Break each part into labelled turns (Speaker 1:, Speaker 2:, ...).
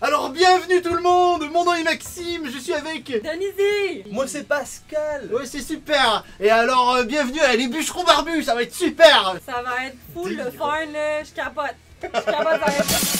Speaker 1: Alors bienvenue tout le monde, mon nom est Maxime, je suis avec...
Speaker 2: Donnez-y
Speaker 3: Moi c'est Pascal
Speaker 1: Ouais c'est super Et alors euh, bienvenue à les bûcherons barbus, ça va être super
Speaker 2: Ça va être full le
Speaker 1: Délire.
Speaker 2: fun, là. je capote. Je capote, ça va être-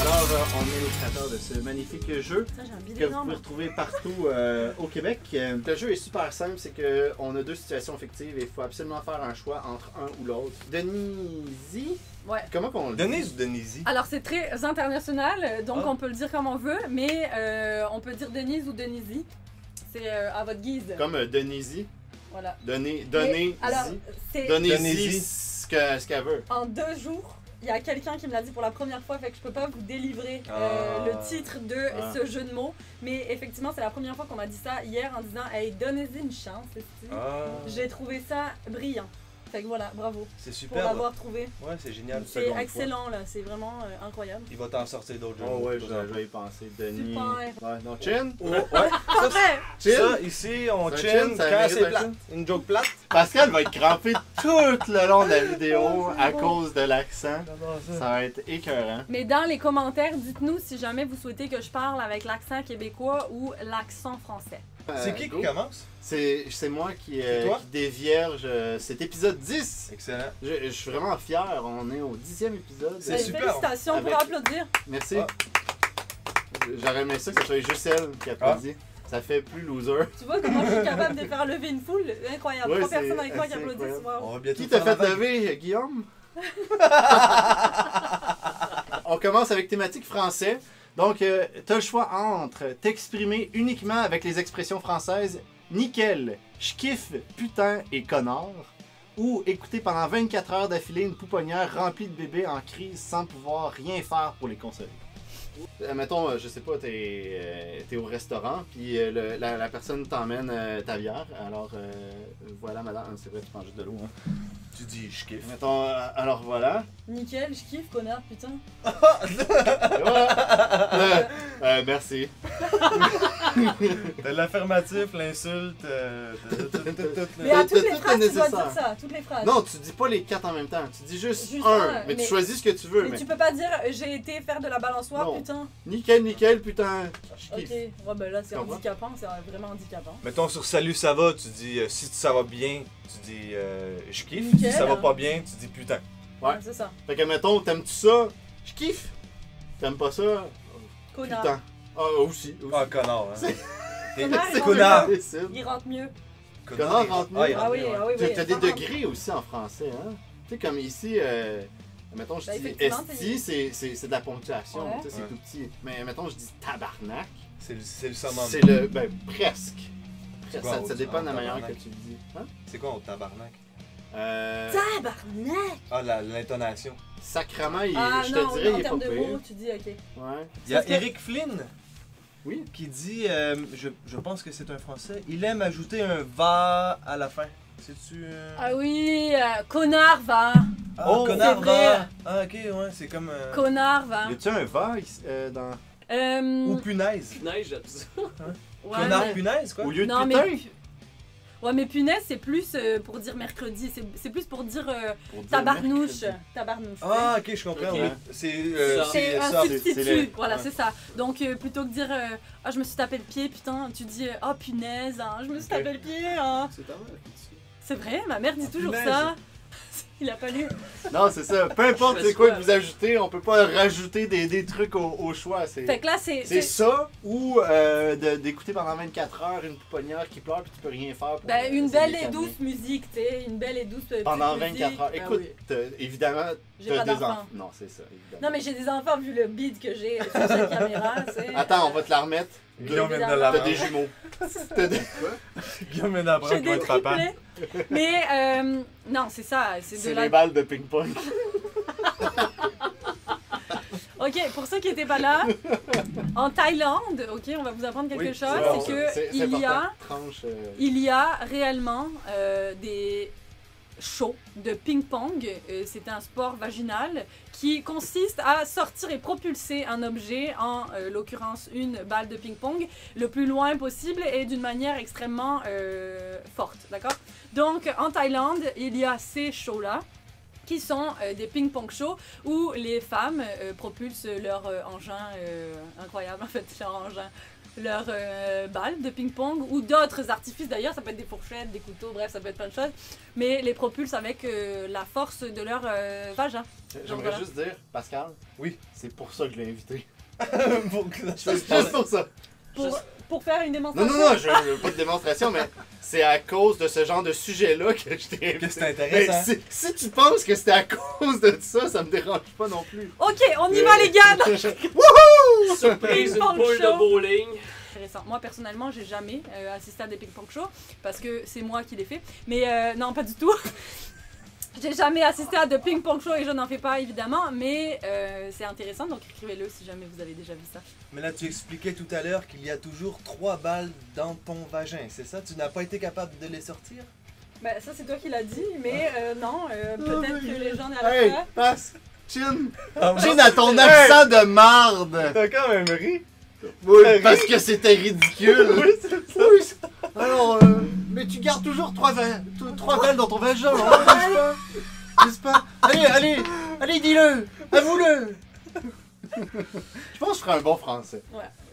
Speaker 1: Alors euh, on est les créateurs de ce magnifique jeu
Speaker 2: Ça, j'ai envie
Speaker 1: que vous
Speaker 2: d'énorme.
Speaker 1: pouvez retrouver partout euh, au Québec. Euh, Le jeu est super simple, c'est que on a deux situations fictives et il faut absolument faire un choix entre un ou l'autre. Denise,
Speaker 2: Ouais.
Speaker 1: comment qu'on le
Speaker 3: Denise ou Denise
Speaker 2: Alors, c'est très international, euh, donc
Speaker 3: Ah.
Speaker 2: on peut le dire comme on veut, mais euh, on peut dire Denise ou Denise. C'est euh, à votre guise.
Speaker 1: Comme euh, Denise,
Speaker 2: Voilà.
Speaker 1: donnez,
Speaker 2: Mais,
Speaker 1: donnez,
Speaker 2: Alors, c'est
Speaker 1: donnez
Speaker 3: Denise.
Speaker 1: ce que- ce qu'elle veut.
Speaker 2: en deux jours. Il y a quelqu'un qui me l'a dit pour la première fois, fait que je peux pas vous délivrer euh,
Speaker 3: Ah.
Speaker 2: le titre de
Speaker 1: Ah.
Speaker 2: ce jeu de mots. Mais effectivement, c'est la première fois qu'on m'a dit ça hier en disant Hey, donnez-y une chance, esti.
Speaker 3: Ah,
Speaker 2: J'ai trouvé ça brillant. Fait que voilà, bravo
Speaker 3: c'est
Speaker 2: pour
Speaker 3: super.
Speaker 2: l'avoir trouvé.
Speaker 3: Ouais, c'est génial.
Speaker 2: C'est
Speaker 3: seconde
Speaker 2: excellent là, c'est vraiment euh, incroyable.
Speaker 3: fois. Il va t'en sortir d'autres jeux.
Speaker 1: Oh ouais,
Speaker 3: je
Speaker 1: j'avais pensé, Denis.
Speaker 2: Super.
Speaker 1: Ouais, non, Chin,
Speaker 3: Oh, ouais.
Speaker 2: En vrai,
Speaker 1: Chin.
Speaker 3: Ça, ici, on
Speaker 1: Ça
Speaker 3: chin
Speaker 1: chin, ça
Speaker 3: quand
Speaker 1: mérite un
Speaker 3: c'est plate.
Speaker 1: chin.
Speaker 3: Une joke plate.
Speaker 1: Pascal va être crampé tout le long de la vidéo à
Speaker 3: Oh.
Speaker 1: cause de l'accent.
Speaker 3: J'adore
Speaker 1: Ça va être écœurant.
Speaker 2: Mais dans les commentaires, dites-nous si jamais vous souhaitez que je parle avec l'accent québécois ou l'accent français.
Speaker 1: Euh,
Speaker 3: C'est qui
Speaker 1: go.
Speaker 3: qui commence
Speaker 1: C'est c'est moi qui, euh,
Speaker 3: C'est toi?
Speaker 1: qui dévierge euh, cet épisode 10.
Speaker 3: Excellent.
Speaker 1: Je, je suis vraiment fier, on est au dixième épisode.
Speaker 3: C'est
Speaker 2: Ben,
Speaker 3: super.
Speaker 2: Félicitations, on
Speaker 1: Avec-
Speaker 2: pourrait applaudir.
Speaker 1: Merci.
Speaker 3: Ah.
Speaker 1: J'aurais aimé ça que ce soit juste elle qui
Speaker 3: Ah.
Speaker 1: applaudit. Ça fait plus loser.
Speaker 2: Tu vois comment je suis capable de faire lever une foule Incroyable.
Speaker 1: Ouais,
Speaker 2: Trois
Speaker 1: c'est
Speaker 2: personnes avec moi qui
Speaker 1: assez
Speaker 2: applaudissent.
Speaker 1: incroyable.
Speaker 2: wow.
Speaker 3: On va bientôt
Speaker 1: Qui t'a
Speaker 3: faire la
Speaker 1: fait
Speaker 3: vague.
Speaker 1: lever, euh, Guillaume? On commence avec thématique français. Donc, euh, t'as le choix entre t'exprimer uniquement avec les expressions françaises nickel, je kiffe, putain et connard, ou écouter pendant 24 heures d'affilée une pouponnière remplie de bébés en crise sans pouvoir rien faire pour les consoler. Euh, mettons, euh, je sais pas, t'es euh, t'es au restaurant, puis euh, le- la, la personne t'emmène euh, ta bière. Alors, euh, voilà, madame, c'est vrai, tu prends juste de l'eau. hein.
Speaker 3: Tu dis, je kiffe.
Speaker 1: Mettons, euh, alors voilà.
Speaker 2: Nickel, je kiffe, connard, putain.
Speaker 1: Et voilà. Euh, euh, merci.
Speaker 3: T'as de l'affirmatif, l'insulte. euh, t'as- t'as- t'as- t'as- t'as-
Speaker 2: Mais à
Speaker 1: de
Speaker 2: toutes
Speaker 1: tout
Speaker 2: les
Speaker 1: le
Speaker 2: phrases, tu dois
Speaker 1: nécessaire.
Speaker 2: dire ça. à Toutes les phrases.
Speaker 1: Non, tu dis pas les quatre en même temps. Tu dis juste,
Speaker 2: Ah, Juste
Speaker 1: un,
Speaker 2: un,
Speaker 1: mais,
Speaker 2: mais-
Speaker 1: tu choisis ce que tu veux.
Speaker 2: Mais
Speaker 1: mais-
Speaker 2: tu peux pas dire euh, j'ai été faire de la balançoire,
Speaker 1: Non.
Speaker 2: putain.
Speaker 1: Nickel, nickel, putain. Je
Speaker 2: Ok,
Speaker 1: kiffe.
Speaker 2: ouais, ben là c'est
Speaker 1: Tu comprends?
Speaker 2: handicapant, c'est vraiment handicapant.
Speaker 3: Mettons sur salut ça va, tu dis euh, si ça va bien, tu dis euh, je kiffe.
Speaker 2: Nickel,
Speaker 3: Si ça va
Speaker 2: hein.
Speaker 3: pas bien, tu dis putain.
Speaker 1: Ouais.
Speaker 2: C'est ça.
Speaker 1: Fait que mettons, t'aimes-tu ça? Je kiffe. T'aimes pas ça?
Speaker 2: Connard.
Speaker 1: Putain. Ah, aussi. aussi.
Speaker 3: Ah, connard, hein. T'es
Speaker 2: Connard,
Speaker 3: c'est
Speaker 2: il
Speaker 3: connard.
Speaker 2: rentre
Speaker 1: Décide.
Speaker 2: Il rentre mieux.
Speaker 1: Connard rentre mieux.
Speaker 3: il
Speaker 2: Ah
Speaker 3: rentre
Speaker 2: oui,
Speaker 3: mieux, ouais.
Speaker 2: ah oui, oui.
Speaker 1: T'as t'as des
Speaker 2: ça rentre.
Speaker 1: degrés aussi en français, hein? Tu sais, comme ici, euh, mettons, je
Speaker 2: Ben,
Speaker 1: dis
Speaker 2: effectivement,
Speaker 1: esti, c'est- c'est c'est de la ponctuation,
Speaker 2: Ouais.
Speaker 1: tu sais, c'est
Speaker 3: Ouais.
Speaker 1: tout petit. Mais mettons, je dis tabarnak,
Speaker 3: C'est le, c'est le summum.
Speaker 1: c'est le, ben, presque.
Speaker 3: C'est quoi,
Speaker 1: ça,
Speaker 3: au-
Speaker 1: ça dépend de la
Speaker 3: en
Speaker 1: manière que
Speaker 3: tabarnak?
Speaker 1: tu le dis. Hein?
Speaker 3: C'est quoi au tabarnak
Speaker 1: Euh,
Speaker 2: Tabarnak!
Speaker 3: Ah, la- l'intonation.
Speaker 1: sacrement, il-
Speaker 2: Ah
Speaker 1: je te
Speaker 2: non,
Speaker 1: dirais,
Speaker 2: en
Speaker 1: il est pas
Speaker 2: termes de mots,
Speaker 1: pire.
Speaker 2: tu dis ok.
Speaker 1: Ouais.
Speaker 3: Il y a
Speaker 2: Parce que-
Speaker 3: Eric Flynn
Speaker 1: Oui.
Speaker 3: qui dit, euh, je, je pense que c'est un français, il aime ajouter un va à la fin. C'est-tu. euh,
Speaker 2: Ah oui, euh, connard va!
Speaker 3: ah,
Speaker 1: Oh,
Speaker 3: connard
Speaker 2: c'est vrai.
Speaker 3: va Ah, ok, ouais, c'est comme. euh,
Speaker 2: Connard va!
Speaker 1: tu un verre euh, dans...
Speaker 2: Euh,
Speaker 3: Ou punaise.
Speaker 4: Punaise, j'aime ça.
Speaker 2: ouais,
Speaker 3: Connard
Speaker 2: mais-
Speaker 3: punaise, quoi.
Speaker 1: Au lieu de
Speaker 2: Non,
Speaker 1: putain?
Speaker 2: mais. Ouais, mais punaise, c'est plus euh, pour dire mercredi, c'est c'est plus pour dire euh,
Speaker 1: Pour dire
Speaker 2: tabarnouche.
Speaker 1: mercredi.
Speaker 2: Tabarnouche.
Speaker 3: Ah, ok, je comprends.
Speaker 4: Ok.
Speaker 3: oui. C'est. euh,
Speaker 4: Ça.
Speaker 2: C'est un
Speaker 3: ça,
Speaker 2: substitut,
Speaker 3: c'est le-
Speaker 2: voilà,
Speaker 3: ouais.
Speaker 2: c'est ça. Donc euh, plutôt que dire euh, Ah, je me suis tapé le pied, putain, tu dis euh, Ah, punaise, hein, je me suis
Speaker 3: Ok.
Speaker 2: tapé le pied. hein.
Speaker 4: C'est ta mère qui dit ça.
Speaker 2: C'est vrai, ma mère
Speaker 1: Oh,
Speaker 2: dit
Speaker 3: Ah,
Speaker 2: toujours
Speaker 3: punaise.
Speaker 2: ça. Il a pas lu.
Speaker 1: Non, c'est ça. Peu importe
Speaker 4: Je fais
Speaker 1: c'est quoi
Speaker 4: ça.
Speaker 1: que vous ajoutez, on peut pas rajouter des, des trucs au, au choix. C'est
Speaker 2: Fait que là, c'est.
Speaker 1: c'est
Speaker 2: c'est-
Speaker 1: ça ou euh, de- d'écouter pendant 24 heures une pouponnière qui pleure puis tu peux rien faire. Pour,
Speaker 2: Ben,
Speaker 1: euh, essayer
Speaker 2: une
Speaker 1: de
Speaker 2: belle et
Speaker 1: calmer.
Speaker 2: douce musique, tu sais, une belle et douce euh,
Speaker 1: Pendant
Speaker 2: petite
Speaker 1: 24 heures.
Speaker 2: musique. Ben
Speaker 1: Écoute,
Speaker 2: oui.
Speaker 1: t'as- évidemment,
Speaker 2: J'ai
Speaker 1: t'as
Speaker 2: pas
Speaker 1: des
Speaker 2: d'enfants.
Speaker 1: enfants. Non, c'est ça, évidemment.
Speaker 2: Non, euh, mais j'ai des enfants vu le bide que j'ai sur cette caméra, tu sais.
Speaker 1: Attends, on va te la remettre.
Speaker 3: Guillaume vient de
Speaker 2: Évidemment.
Speaker 1: T'as
Speaker 3: l'apprendre.
Speaker 1: des jumeaux. T'as des-
Speaker 3: Guillaume vient
Speaker 2: J'ai
Speaker 3: d'apprendre qu'il va
Speaker 2: des
Speaker 3: être papa.
Speaker 2: triplets. Mais euh, non, c'est ça, c'est
Speaker 1: C'est
Speaker 2: de la
Speaker 1: les balles de ping-pong.
Speaker 2: Ok, pour ceux qui n'étaient pas là, en Thaïlande, ok, on va vous apprendre quelque
Speaker 3: Oui,
Speaker 2: chose,
Speaker 3: c'est bon,
Speaker 2: c'est
Speaker 3: ça.
Speaker 2: que il y a,
Speaker 1: Tranche. euh,
Speaker 2: il y a réellement euh, des show de ping-pong. Euh, c'est un sport vaginal qui consiste à sortir et propulser un objet, en euh, l'occurrence une balle de ping-pong, le plus loin possible et d'une manière extrêmement euh, forte. D'accord Donc en Thaïlande, il y a ces shows-là qui sont euh, des ping-pong shows où les femmes euh, propulsent leur euh, engin euh, incroyable, en fait, leur engin, leur euh, balle de ping-pong ou d'autres artifices d'ailleurs, ça peut être des fourchettes, des couteaux, bref, ça peut être plein de choses, mais les propulsent avec euh, la force de leur euh, vagin.
Speaker 1: J'aimerais
Speaker 2: voilà.
Speaker 1: juste dire, Pascal,
Speaker 3: Oui.
Speaker 1: c'est pour ça que je l'ai invité.
Speaker 3: Pour que ça se
Speaker 1: C'est
Speaker 3: fasse
Speaker 1: juste pour ça.
Speaker 2: Pour, pour faire une
Speaker 1: Non,
Speaker 2: démonstration.
Speaker 1: non, non, je je veux pas de démonstration, mais c'est à cause de ce genre de sujet-là que je t'ai
Speaker 3: Que
Speaker 1: invité.
Speaker 3: c'est intéressant.
Speaker 1: Mais si, si tu penses que c'était à cause de ça, ça me dérange pas non Euh. plus.
Speaker 2: Ok, on y va les gars! Non,
Speaker 4: Surprise, une
Speaker 2: Ping-pong
Speaker 4: boule
Speaker 2: show.
Speaker 4: de bowling.
Speaker 2: intéressant. Moi personnellement, j'ai jamais euh, assisté à des ping-pong shows parce que c'est moi qui les fais. Mais euh, non, pas du tout. j'ai jamais assisté à de ping-pong shows et je n'en fais pas évidemment, mais euh, c'est intéressant donc écrivez-le si jamais vous avez déjà vu ça.
Speaker 3: Mais là, tu expliquais tout à l'heure qu'il y a toujours trois balles dans ton vagin, c'est ça Tu n'as pas été capable de les sortir
Speaker 2: Bah, ça c'est toi qui l'as dit, mais
Speaker 1: Ah.
Speaker 2: euh, non, peut-être que les gens
Speaker 1: Hey, passe. Chin.
Speaker 3: Ah,
Speaker 1: Chin à ton accent de marde.
Speaker 3: T'as quand même ri
Speaker 1: Oui,
Speaker 3: T'as ri.
Speaker 1: parce que c'était ridicule.
Speaker 3: c'est
Speaker 1: Oui, c'est- Alors, euh, mais tu gardes toujours trois, va- t- trois balles dans ton vagin, hein, n'est-ce pas N'est-ce pas Allez, allez, allez, dis-le, avoue-le. Je pense que je ferai un bon français.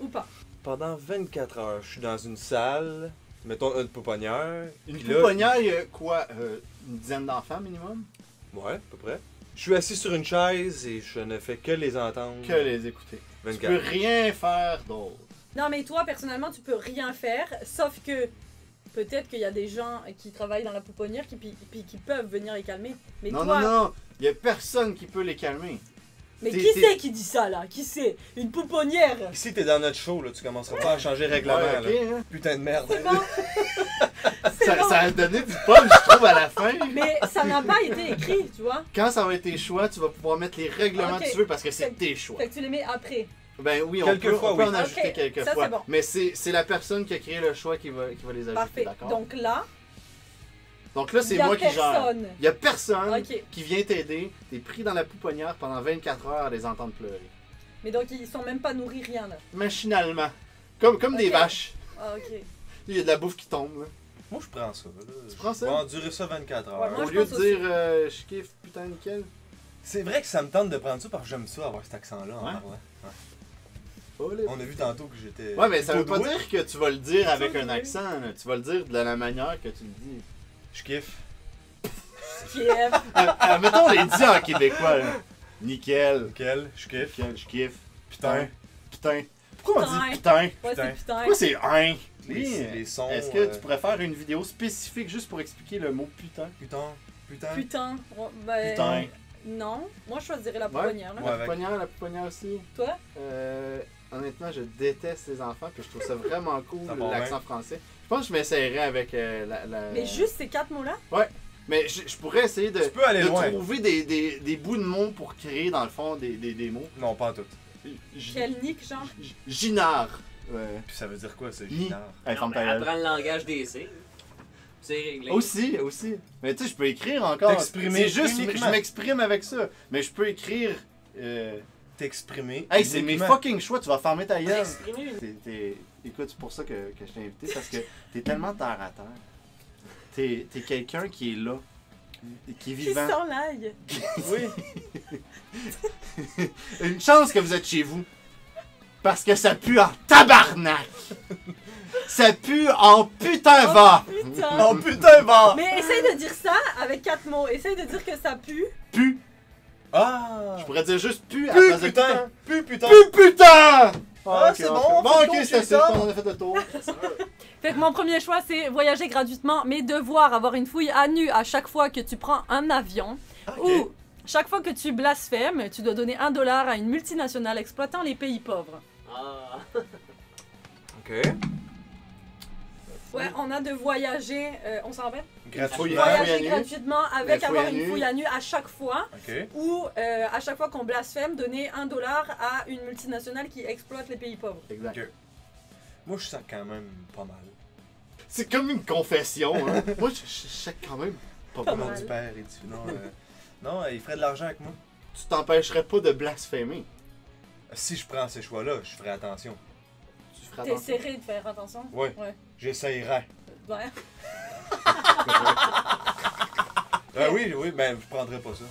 Speaker 2: ou pas.
Speaker 3: Pendant 24 heures, je suis dans une salle, mettons une pouponnière.
Speaker 1: Une
Speaker 3: puis là-
Speaker 1: pouponnière, euh, quoi, euh, une dizaine d'enfants minimum
Speaker 3: Ouais, à peu près. Je suis assis sur une chaise et je ne fais que les entendre.
Speaker 1: Que les écouter. Tu
Speaker 3: 24.
Speaker 1: peux rien faire d'autre.
Speaker 2: Non, mais toi personnellement, tu peux rien faire sauf que peut-être qu'il y a des gens qui travaillent dans la pouponnière qui, puis- puis qui peuvent venir les calmer. Mais
Speaker 1: Non,
Speaker 2: toi,
Speaker 1: non, non, il y a personne qui peut les calmer.
Speaker 2: mais
Speaker 1: t'es-
Speaker 2: qui
Speaker 1: t'es-
Speaker 2: c'est qui dit ça là Qui c'est Une pouponnière
Speaker 3: Si t'es dans notre show, là, tu commenceras pas à changer règlement.
Speaker 1: Ouais,
Speaker 3: là.
Speaker 1: ok, hein.
Speaker 3: Putain de merde.
Speaker 2: C'est bon. C'est
Speaker 1: ça,
Speaker 2: bon.
Speaker 1: ça a donné du punch, je trouve, à la fin.
Speaker 2: Mais ça n'a pas été écrit, tu vois.
Speaker 1: Quand ça va être tes choix, tu vas pouvoir mettre les règlements
Speaker 2: Ok.
Speaker 1: que tu veux parce que c'est tes choix.
Speaker 2: Fait que tu les mets après.
Speaker 1: Ben oui, on
Speaker 3: Quelques
Speaker 1: peut,
Speaker 3: fois,
Speaker 1: on peut
Speaker 3: oui.
Speaker 1: en
Speaker 2: Ok,
Speaker 1: ajouter quelques
Speaker 2: ça,
Speaker 1: fois.
Speaker 2: c'est bon.
Speaker 1: Mais c'est c'est la personne qui a créé le choix qui va, qui va les ajouter,
Speaker 2: Parfait.
Speaker 1: d'accord? Donc,
Speaker 2: Donc là,
Speaker 1: là,
Speaker 2: il
Speaker 1: c'est
Speaker 2: y a
Speaker 1: moi qui gère.
Speaker 2: personne.
Speaker 1: Il y a personne
Speaker 2: Ok.
Speaker 1: qui vient t'aider. T'es pris dans la pouponnière pendant 24 heures à les entendre pleurer.
Speaker 2: Mais donc ils sont même pas nourris rien là.
Speaker 1: Machinalement. Comme, comme des
Speaker 2: Ok.
Speaker 1: vaches.
Speaker 2: Ah, ok.
Speaker 1: Il y a de la bouffe qui tombe. là.
Speaker 3: Moi, je prends ça. là.
Speaker 1: Tu prends
Speaker 3: On
Speaker 1: ça?
Speaker 3: va endurer ça 24 heures.
Speaker 2: Ouais, moi,
Speaker 1: Au
Speaker 2: je
Speaker 1: lieu
Speaker 2: pense
Speaker 1: de dire euh, je kiffe, putain, nickel.
Speaker 3: C'est vrai que ça me tente de prendre ça parce que j'aime ça avoir cet accent-là en
Speaker 1: Ouais.
Speaker 3: parlant.
Speaker 1: Olé.
Speaker 3: On a vu tantôt que j'étais.
Speaker 1: Ouais, mais ça veut
Speaker 3: plutôt
Speaker 1: pas
Speaker 3: doué.
Speaker 1: dire que tu vas le dire avec un
Speaker 2: doué.
Speaker 1: accent. là. Tu vas le dire de la manière que tu le dis.
Speaker 3: Je kiffe.
Speaker 2: Kiev.
Speaker 1: Ah, ah, mettons, on les dit en québécois. là. Nickel.
Speaker 3: Nickel, je kiffe.
Speaker 1: Nickel, je kiffe.
Speaker 3: Putain.
Speaker 1: Putain. Pourquoi on dit putain?
Speaker 2: Ouais,
Speaker 3: Putain.
Speaker 2: c'est putain.
Speaker 1: Pourquoi c'est un?
Speaker 3: Les, les sons.
Speaker 1: Est-ce que
Speaker 3: euh,
Speaker 1: tu pourrais faire une vidéo spécifique juste pour expliquer le mot putain?
Speaker 3: Putain, putain.
Speaker 2: Putain. Bon, ben,
Speaker 1: Putain.
Speaker 2: Non. Moi je choisirais la
Speaker 1: Ouais.
Speaker 2: pouponnière là.
Speaker 3: Ouais,
Speaker 1: La
Speaker 3: avec-
Speaker 1: pouponnière, la pouponnière aussi.
Speaker 2: Toi
Speaker 1: Euh, honnêtement, je déteste les enfants, puis je trouve ça vraiment cool,
Speaker 3: Ça va
Speaker 1: l'accent français. Je pense que je m'essayerais avec euh, la, la-
Speaker 2: Mais juste ces quatre mots là
Speaker 1: Mais je, je pourrais essayer de,
Speaker 3: Tu peux aller
Speaker 1: de
Speaker 3: loin.
Speaker 1: trouver des, des- des bouts de mots pour créer, dans le fond, des, des- des mots.
Speaker 3: Non, pas en tout.
Speaker 1: G-
Speaker 2: Quel nick genre
Speaker 1: G- Ginard. Ouais.
Speaker 3: Puis ça veut dire quoi, ce
Speaker 1: Ni.
Speaker 3: ginard?
Speaker 1: Hey,
Speaker 4: Non,
Speaker 1: ferme
Speaker 4: mais
Speaker 1: ta gueule.
Speaker 4: apprends le langage des signes. C'est réglé.
Speaker 1: Aussi, aussi. Mais tu sais, je peux écrire encore.
Speaker 3: T'exprimer
Speaker 1: C'est juste,
Speaker 3: uniquement.
Speaker 1: je m'exprime avec ça. Mais je peux écrire. euh,
Speaker 3: T'exprimer.
Speaker 1: Hey, c'est mes
Speaker 3: uniquement.
Speaker 1: fucking choix, tu vas fermer ta
Speaker 3: hein.
Speaker 1: gueule.
Speaker 4: Exprimer une-
Speaker 1: T'es- t'es- Écoute, c'est pour ça que, que je t'ai invité, parce que t'es tellement terre à terre. T'es t'es quelqu'un qui est là, qui est
Speaker 2: Qui
Speaker 1: vivant.
Speaker 2: sent l'ail
Speaker 1: Oui. Une chance que vous êtes chez vous. Parce que ça pue en tabarnak. Ça pue en putain
Speaker 2: Oh,
Speaker 1: va.
Speaker 2: Putain.
Speaker 3: Oh putain, bah!
Speaker 2: Mais essaye de dire ça avec quatre mots. Essaye de dire que ça pue.
Speaker 1: Pue.
Speaker 3: Ah!
Speaker 1: Je pourrais dire juste pue à
Speaker 3: Plus
Speaker 1: place de
Speaker 3: putain! Plus putain!
Speaker 1: Pue putain!
Speaker 3: Ah,
Speaker 1: ok,
Speaker 3: c'est
Speaker 1: on
Speaker 3: bon,
Speaker 1: fait-
Speaker 3: on fait
Speaker 1: Bon,
Speaker 3: le
Speaker 1: ok,
Speaker 3: tour
Speaker 1: c'est
Speaker 3: du
Speaker 1: assez.
Speaker 3: sabre.
Speaker 1: On a fait le tour.
Speaker 2: Fait que mon premier choix, c'est voyager gratuitement, mais devoir avoir une fouille à nu à chaque fois que tu prends un avion. Ou chaque fois que tu blasphèmes, tu dois donner un dollar à une multinationale exploitant les pays pauvres.
Speaker 4: Ah.
Speaker 3: Ok.
Speaker 2: Ouais, on a de voyager, euh, on s'en rappelle?
Speaker 1: Ah, Oui,
Speaker 3: Gratuit.
Speaker 1: la
Speaker 2: voyager
Speaker 1: fouille à nu.
Speaker 2: gratuitement avec
Speaker 1: La fouille
Speaker 2: avoir
Speaker 1: à
Speaker 2: une
Speaker 1: nu.
Speaker 2: fouille à nu à chaque fois.
Speaker 3: Ok.
Speaker 2: Ou euh, à chaque fois qu'on blasphème, donner un dollar à une multinationale qui exploite les pays pauvres.
Speaker 1: Exact.
Speaker 3: Moi, je sens quand même pas mal.
Speaker 1: C'est comme une confession. hein. Moi, je, je- je sais quand même Pas
Speaker 3: Au
Speaker 1: mal.
Speaker 3: nom du père et du. Non, euh, non, euh, il ferait de l'argent avec moi.
Speaker 1: Tu t'empêcherais pas de blasphémer.
Speaker 3: Si je prends ces choix-là, je ferai attention.
Speaker 1: Tu feras
Speaker 2: T'es
Speaker 1: attention.
Speaker 2: serré de faire attention.
Speaker 3: Ouais.
Speaker 2: Ouais.
Speaker 3: J'essayerai.
Speaker 2: Ouais.
Speaker 3: Ah oui, oui, ben je prendrais pas ça.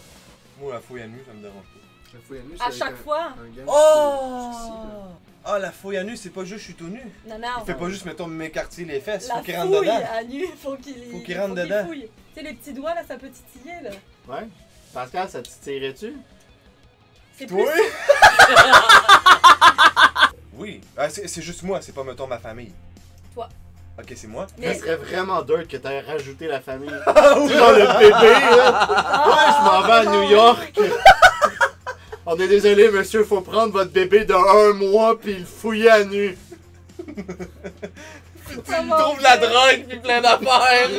Speaker 3: Moi, la fouille à nu, ça me dérange pas.
Speaker 5: La fouille à nu, c'est
Speaker 2: À
Speaker 5: avec
Speaker 2: chaque
Speaker 5: un-
Speaker 3: Ah
Speaker 2: fois.
Speaker 5: un gant jusqu'ici, là.
Speaker 3: Oh! Ah, la fouille à nu, c'est pas juste je suis tout nu.
Speaker 2: Non,
Speaker 1: Ah
Speaker 3: Il fait
Speaker 2: non.
Speaker 3: pas juste, mettons, m'écarter les fesses,
Speaker 2: La
Speaker 3: faut qu'il rentre
Speaker 2: fouille
Speaker 3: dedans.
Speaker 2: à nu, faut qu'il
Speaker 3: Faut qu'il rentre dedans.
Speaker 2: fouille. Tu sais, les petits doigts, là, ça peut titiller, là.
Speaker 1: Ouais. Pascal, ça te tirait-tu?
Speaker 2: C'est plus...
Speaker 3: Toi? oui. Ah, c'est c'est juste moi, c'est pas, mettons, ma famille.
Speaker 2: Toi.
Speaker 3: Ok, c'est moi.
Speaker 1: Ça
Speaker 2: Mais...
Speaker 1: serait vraiment dirt que t'aies rajouté la famille. tu
Speaker 3: Ah
Speaker 1: sais, genre le bébé, là. Ouais, je m'en vais à New York. On est désolé, monsieur, faut prendre votre bébé de un mois puis le fouiller à nu.
Speaker 2: Tu me
Speaker 6: trouve la drogue puis plein
Speaker 4: Ah,
Speaker 6: d'affaires.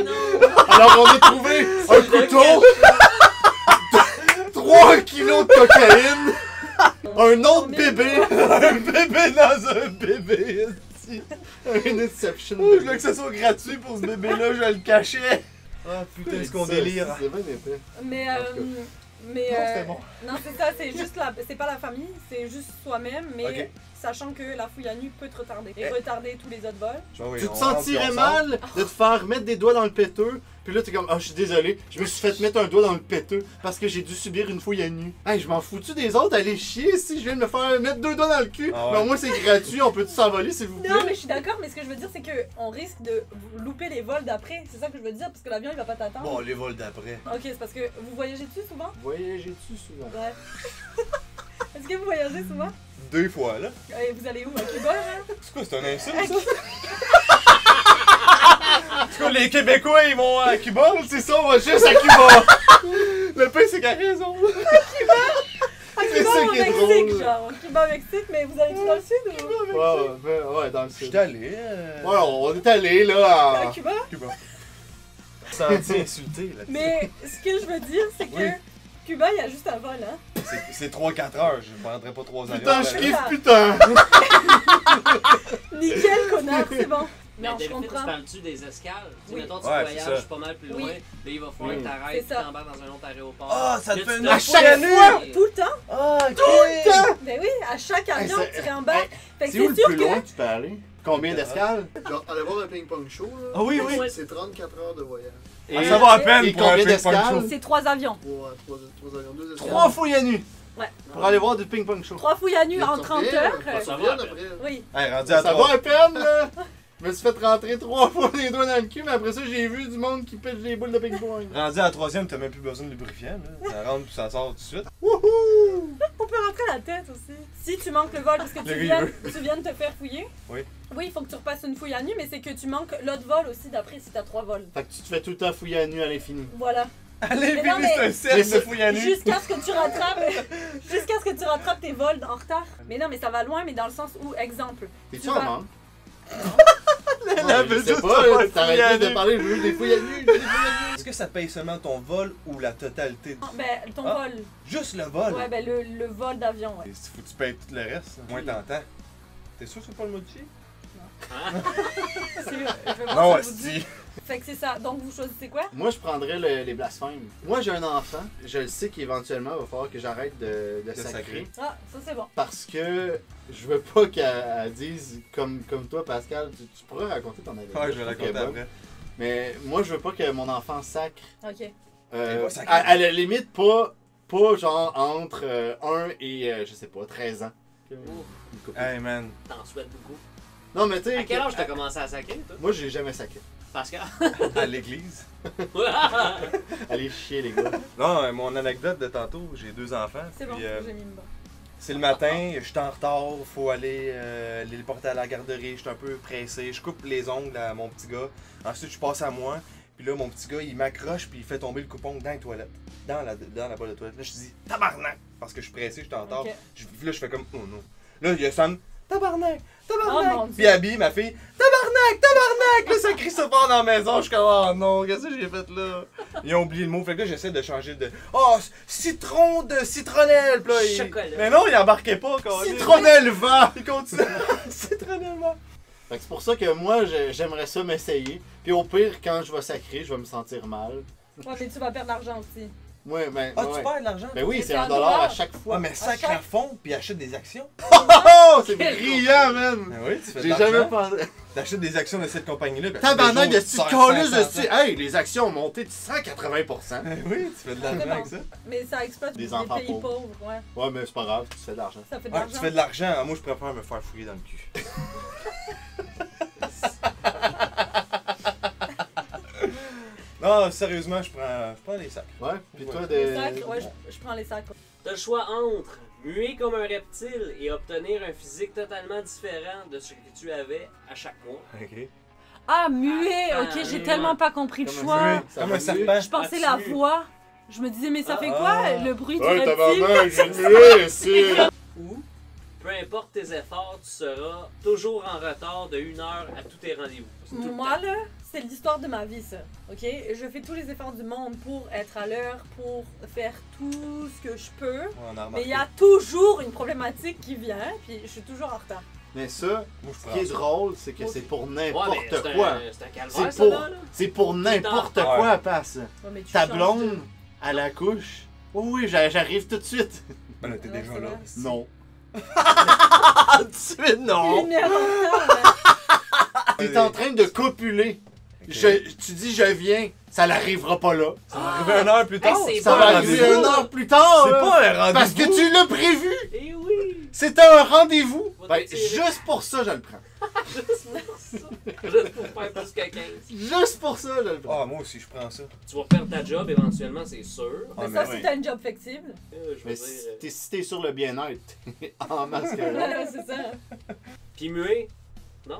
Speaker 1: Alors, on a trouvé un couteau, 3 kilos de cocaïne, un
Speaker 2: Oh,
Speaker 1: autre bébé,
Speaker 3: un bébé dans un bébé. esti.
Speaker 1: une inception.
Speaker 3: Ouh, je voulais que ça soit gratuit pour ce bébé-là, je le cachais. Ah putain, ce qu'on délire.
Speaker 1: C'est bien épais.
Speaker 2: Mais...
Speaker 1: En
Speaker 2: euh,
Speaker 1: tout cas.
Speaker 2: mais
Speaker 3: Non,
Speaker 2: euh,
Speaker 3: c'était bon.
Speaker 2: non, c'est ça, c'est juste la, c'est pas la famille, c'est juste soi-même, mais
Speaker 3: Ok.
Speaker 2: sachant que la fouille à nu peut te retarder et
Speaker 3: Eh.
Speaker 2: retarder tous les autres vols.
Speaker 3: Ah oui,
Speaker 1: Tu
Speaker 3: on
Speaker 1: te
Speaker 3: rentre puis on
Speaker 1: sentirais
Speaker 3: sort.
Speaker 1: mal de te faire mettre des doigts dans le péteux, puis là t'es comme, ah je suis désolé, je me suis fait mettre un doigt dans le péteux parce que j'ai dû subir une fouille à nu. Hey, je m'en fous-tu des autres, allez chier si je viens de me faire mettre deux doigts dans le cul,
Speaker 3: Ah ouais.
Speaker 1: mais au moins c'est gratuit, on peut-tu s'envoler s'il vous plaît?
Speaker 2: Non, mais je suis d'accord, mais ce que je veux dire, c'est que on risque de louper les vols d'après. C'est ça que je veux dire, parce que l'avion il va pas t'attendre.
Speaker 3: Bon, les vols d'après.
Speaker 2: Ok, c'est parce que vous voyagez dessus souvent
Speaker 1: Voyagez-tu souvent?
Speaker 2: Ouais. Est-ce que vous voyagez souvent
Speaker 3: Deux fois, là.
Speaker 2: Et Vous allez où À Cuba hein?
Speaker 3: C'est quoi, c'est un insulte, ça? C'est quoi, les Québécois, ils vont à Cuba?
Speaker 1: C'est ça, on va juste à Cuba! le pain c'est qu'à raison!
Speaker 2: À
Speaker 1: C'est
Speaker 2: Ah, Cuba
Speaker 1: ça
Speaker 2: ou au
Speaker 1: qui est
Speaker 2: Mexique,
Speaker 1: drôle.
Speaker 2: genre. Cuba au Mexique, mais vous allez dans le sud ou
Speaker 1: Ouais, ouais, ben, ouais, dans le
Speaker 3: Je
Speaker 1: sud.
Speaker 3: suis allé. euh,
Speaker 1: Ouais, on est allé là
Speaker 2: À
Speaker 1: à...
Speaker 2: Cuba
Speaker 3: Cuba. Senti insulté, là.
Speaker 2: Mais ce que je veux dire, c'est que
Speaker 3: Oui.
Speaker 2: Cuba, il y a juste un vol, hein.
Speaker 3: C'est- C'est 3-4 heures, je prendrais pas 3 heures.
Speaker 1: Putain, je
Speaker 2: Ouais.
Speaker 1: kiffe, putain!
Speaker 2: Nickel, connard, c'est bon.
Speaker 4: Mais
Speaker 2: Non, je
Speaker 4: d'habitude, tu
Speaker 2: comprends.
Speaker 4: parles-tu des escales? Tu sais,
Speaker 2: Oui.
Speaker 4: mettons, tu
Speaker 3: Ouais, c'est ça. Mm.
Speaker 4: voyages pas mal plus loin,
Speaker 2: Oui.
Speaker 4: là, il va falloir
Speaker 1: Oui.
Speaker 4: que t'arrêtes,
Speaker 2: C'est
Speaker 4: tu
Speaker 2: ça.
Speaker 4: t'embarques dans un autre aéroport.
Speaker 3: Ah, ça te
Speaker 4: Là,
Speaker 3: fait
Speaker 4: tu
Speaker 3: une
Speaker 4: te-
Speaker 1: À chaque
Speaker 3: fois!
Speaker 2: Tout le temps
Speaker 3: Ah, ok!
Speaker 2: Ben oui, à chaque avion,
Speaker 1: Hey,
Speaker 2: tu
Speaker 1: c'est-
Speaker 2: réembarques. Fait que
Speaker 1: C'est où
Speaker 2: eh, c'est
Speaker 1: le
Speaker 2: sûr
Speaker 1: plus loin
Speaker 2: que.
Speaker 1: que tu peux aller? Combien d'escales?
Speaker 5: Genre, aller voir un ping-pong show, là.
Speaker 3: Ah oui, oui.
Speaker 5: C'est 34 heures de voyage.
Speaker 1: Et-
Speaker 3: Ah, ça va à peine
Speaker 1: et
Speaker 3: pour un
Speaker 1: combien
Speaker 3: ping-pong
Speaker 1: d'escales?
Speaker 3: show.
Speaker 2: C'est trois avions.
Speaker 5: Trois, trois, trois avions, deux escales.
Speaker 1: Trois fouilles à nu!
Speaker 2: Ouais.
Speaker 1: Pour aller voir du ping-pong show.
Speaker 2: Trois fouilles à nu
Speaker 5: Le
Speaker 2: en 30
Speaker 5: torpille,
Speaker 2: heures.
Speaker 5: le
Speaker 4: Ça
Speaker 5: torpille
Speaker 4: va,
Speaker 5: après.
Speaker 2: Oui.
Speaker 3: Hey, rendu à
Speaker 1: Ça va
Speaker 3: 3.
Speaker 1: à peine, là! Je me suis fait rentrer trois fois les doigts dans le cul, mais après ça, j'ai vu du monde qui pêche des boules de ping-pong.
Speaker 3: Rendu à la troisième, t'as même plus besoin de lubrifiant, là. Ça rentre puis ça sort tout de suite.
Speaker 1: Wouhou!
Speaker 2: On peut rentrer la tête aussi. Si tu manques le vol parce que tu
Speaker 3: Le
Speaker 2: viens,
Speaker 3: river.
Speaker 2: tu viens de te faire fouiller.
Speaker 3: Oui.
Speaker 2: Oui, il faut que tu repasses une fouille à nu, mais c'est que tu manques l'autre vol aussi d'après si t'as trois vols.
Speaker 1: Fait que tu te fais tout le temps fouiller à nu à l'infini.
Speaker 2: Voilà.
Speaker 3: Allez,
Speaker 2: Mais
Speaker 3: Bibi,
Speaker 2: non, mais-
Speaker 3: c'est un
Speaker 1: Mais
Speaker 3: cercle de
Speaker 1: c'est-
Speaker 3: fouille à nu.
Speaker 2: Jusqu'à ce que tu rattrapes. Jusqu'à ce que tu rattrapes tes vols en retard. Mais non, mais ça va loin, mais dans le sens où, exemple.
Speaker 1: T'es-tu
Speaker 2: Tu
Speaker 1: en
Speaker 2: vas-
Speaker 1: manque?
Speaker 3: la
Speaker 1: Je
Speaker 3: vedeuse,
Speaker 1: sais
Speaker 3: ça
Speaker 1: pas,
Speaker 3: va
Speaker 1: là,
Speaker 3: être fouillée à
Speaker 1: t'arrêtes de
Speaker 3: nu.
Speaker 1: parler, je veux des fouilles à nu! des fouilles à nu.
Speaker 3: Est-ce que ça paye seulement ton vol ou la totalité? de-
Speaker 2: Ben, ton
Speaker 3: Ah.
Speaker 2: vol.
Speaker 3: Juste le vol.
Speaker 2: Ouais, ben le, le vol d'avion, ouais.
Speaker 3: Et si faut que tu payes tout le reste, moins t'entends. T'es sûr que c'est pas le mochi? Ah.
Speaker 2: C'est le- je vais voir
Speaker 3: Non,
Speaker 2: ça vous dit.
Speaker 3: si.
Speaker 2: Fait que c'est ça. Donc vous choisissez quoi
Speaker 1: Moi, je prendrais le- les blasphèmes. Moi, j'ai un enfant. Je le sais qu'éventuellement, il va falloir que j'arrête de, de,
Speaker 3: sacrer.
Speaker 1: sacrer.
Speaker 2: Ah, ça c'est bon.
Speaker 1: Parce que je veux pas qu'elle elle dise, comme, comme toi, Pascal, tu, tu pourras raconter ton anecdote.
Speaker 3: Ouais, je vais
Speaker 1: trouve qu'elle
Speaker 3: raconter
Speaker 1: est bonne.
Speaker 3: après.
Speaker 1: Mais moi, je veux pas que mon enfant sacre.
Speaker 2: Ok.
Speaker 1: euh,
Speaker 3: Elle va sacrer.
Speaker 1: à, à la limite, pas, pas genre entre 1 et, euh, je sais pas, 13 ans.
Speaker 4: Oh,
Speaker 1: Une couple.
Speaker 3: Hey man.
Speaker 4: T'en souhaites beaucoup.
Speaker 1: Non, mais tu sais.
Speaker 4: À quel
Speaker 1: que- ah,
Speaker 4: âge t'as commencé à sacrer, toi?
Speaker 1: Moi, j'ai jamais sacré.
Speaker 4: Parce que.
Speaker 3: À l'église.
Speaker 1: Allez chier, les gars.
Speaker 3: Non, euh, mon anecdote de tantôt, j'ai deux enfants.
Speaker 2: C'est bon,
Speaker 3: puis, euh,
Speaker 2: j'ai mis une bonne.
Speaker 3: c'est le matin, je suis en retard, faut aller euh, aller le porter à la garderie, je suis un peu pressé, je coupe les ongles à mon petit gars. Ensuite, je passe à moi, puis là, mon petit gars, il m'accroche, puis il fait tomber le coupon dans les toilettes. Dans la, dans la boîte de toilettes. Là, je dis tabarnak! Parce que je suis pressé, je suis en retard.
Speaker 2: Ok.
Speaker 3: Je- puis là, je fais comme oh non. Là, il y a Sam, tabarnak!
Speaker 2: Oh, mon
Speaker 3: Tabarnak!
Speaker 2: Dieu.
Speaker 3: puis Abby, ma fille, tabarnak! Tabarnak! Là, ça crie ça fort dans la maison, je suis comme oh non, qu'est-ce que j'ai fait là? Ils ont oublié le mot, fait que là, j'essaie de changer de. Oh, c- citron de citronnelle! Puis là, il-
Speaker 4: Chocolat.
Speaker 3: Mais non, il embarquait pas, quand
Speaker 1: Citronnelle va!
Speaker 3: Il continue! citronnelle, moi!
Speaker 1: Fait que c'est pour ça que moi, je- j'aimerais ça m'essayer. Puis au pire, quand je vais sacrer, je vais me sentir mal.
Speaker 2: Ouais, mais tu vas perdre l'argent aussi.
Speaker 1: Ouais, ben.
Speaker 3: Ah,
Speaker 1: ouais.
Speaker 3: tu perds de l'argent?
Speaker 1: Ben oui,
Speaker 2: Mais
Speaker 1: c'est
Speaker 2: c'est
Speaker 1: un
Speaker 2: un
Speaker 1: dollar à
Speaker 2: dollar.
Speaker 1: chaque fois.
Speaker 3: Ouais, mais sacre à fond, puis achète des actions.
Speaker 1: Oh, c'est
Speaker 4: Quel
Speaker 1: brillant, man!
Speaker 3: Ben oui, tu fais de
Speaker 1: J'ai
Speaker 3: l'argent.
Speaker 1: jamais pensé.
Speaker 3: T'achètes des actions de cette compagnie-là. ben,
Speaker 1: Tabarnak de
Speaker 3: le jour où
Speaker 1: style
Speaker 3: sors
Speaker 1: calice de
Speaker 3: 500
Speaker 1: style. Hey, les actions ont monté de 180%.
Speaker 3: Ben oui, tu fais de l'argent
Speaker 2: C'est bon.
Speaker 3: avec ça.
Speaker 2: Mais ça exploite
Speaker 1: Des
Speaker 2: des,
Speaker 1: enfants
Speaker 2: pays
Speaker 1: pauvres.
Speaker 2: pauvres. ouais.
Speaker 1: Ouais, mais c'est pas grave, tu fais de l'argent.
Speaker 2: Ça fait de
Speaker 3: Ah, tu
Speaker 2: l'argent.
Speaker 3: fais de l'argent, moi je préfère me faire fouiller dans le cul. non, sérieusement, je prends, je prends les sacs.
Speaker 1: Ouais, puis toi,
Speaker 3: Ouais.
Speaker 1: de.
Speaker 2: Les sacs, ouais, je, je prends les sacs.
Speaker 4: T'as le choix entre muer comme un reptile et obtenir un physique totalement différent de ce que tu avais à chaque mois.
Speaker 3: Ok.
Speaker 2: Ah, muet! Ok,
Speaker 4: Ah,
Speaker 2: j'ai
Speaker 4: muet.
Speaker 2: tellement pas compris le
Speaker 1: Comme un
Speaker 2: choix.
Speaker 1: muet.
Speaker 3: Comme un serpent.
Speaker 2: Je pensais la
Speaker 4: As-tu-
Speaker 2: voix. Je me disais, mais ça
Speaker 4: Ah,
Speaker 2: fait
Speaker 3: ah.
Speaker 2: quoi le bruit du
Speaker 1: Ouais,
Speaker 2: reptile?
Speaker 1: tabarnak, j'ai mué ici!
Speaker 4: Ou, peu importe tes efforts, tu seras toujours en retard de une heure à tous tes rendez-vous. C'est tout le
Speaker 2: Moi,
Speaker 4: temps.
Speaker 2: là, c'est l'histoire de ma vie, ça. OK? Je fais tous les efforts du monde pour être à l'heure, pour faire tout ce que je peux.
Speaker 3: On en a
Speaker 2: Mais il
Speaker 3: remarqué.
Speaker 2: y a toujours une problématique qui vient, puis je suis toujours en retard.
Speaker 1: Mais ça,
Speaker 3: Moi je
Speaker 1: ce qui est
Speaker 3: prends.
Speaker 1: drôle, c'est que c'est pour
Speaker 4: Ouais, mais
Speaker 1: n'importe
Speaker 4: c'est un-
Speaker 1: quoi.
Speaker 4: C'est un calvaire,
Speaker 1: C'est
Speaker 4: ça,
Speaker 1: pour, Ah.
Speaker 4: là, là.
Speaker 1: c'est pour n'importe
Speaker 3: Ouais.
Speaker 1: quoi, passe.
Speaker 2: Ouais, mais tu
Speaker 1: Ta
Speaker 2: changes
Speaker 1: blonde,
Speaker 2: de-
Speaker 1: à la couche. Oui, oui, j'a- j'arrive tout de suite.
Speaker 3: Ben là, t'es
Speaker 2: Non,
Speaker 3: déjà
Speaker 2: c'est
Speaker 3: là.
Speaker 2: vrai.
Speaker 1: Non. tout de suite, non.
Speaker 2: Une heure en
Speaker 3: Ah,
Speaker 2: retard,
Speaker 1: T'es en train de copuler.
Speaker 3: Ok.
Speaker 1: Je- tu dis je viens, ça n'arriva pas là.
Speaker 3: Ça va arriver une heure plus tard.
Speaker 4: Hey, c'est
Speaker 1: Ça
Speaker 4: pas
Speaker 1: va
Speaker 4: un
Speaker 1: arriver
Speaker 4: rendez-vous,
Speaker 1: une
Speaker 4: là.
Speaker 1: heure plus tard.
Speaker 3: C'est
Speaker 1: là.
Speaker 3: pas un rendez-vous.
Speaker 1: Parce que tu l'as prévu.
Speaker 4: Eh oui!
Speaker 1: C'était un rendez-vous.
Speaker 4: Faut
Speaker 1: Ben,
Speaker 4: te tirer.
Speaker 1: juste pour ça, je le prends.
Speaker 4: Juste pour ça. Juste pour faire plus que 15.
Speaker 1: Juste pour ça, je le
Speaker 4: Oh,
Speaker 1: prends.
Speaker 3: Ah, moi aussi, je prends ça.
Speaker 4: Tu vas perdre ta job éventuellement, c'est sûr.
Speaker 3: Ah,
Speaker 2: là.
Speaker 3: mais
Speaker 2: Ça,
Speaker 3: oui.
Speaker 2: si t'as une job flexible.
Speaker 4: Euh, je veux
Speaker 1: Mais
Speaker 4: dire,
Speaker 1: si
Speaker 4: euh,
Speaker 1: t'es, si t'es sur le bien-être, en masque.
Speaker 2: Ouais, c'est ça.
Speaker 4: Puis muet,
Speaker 3: Ben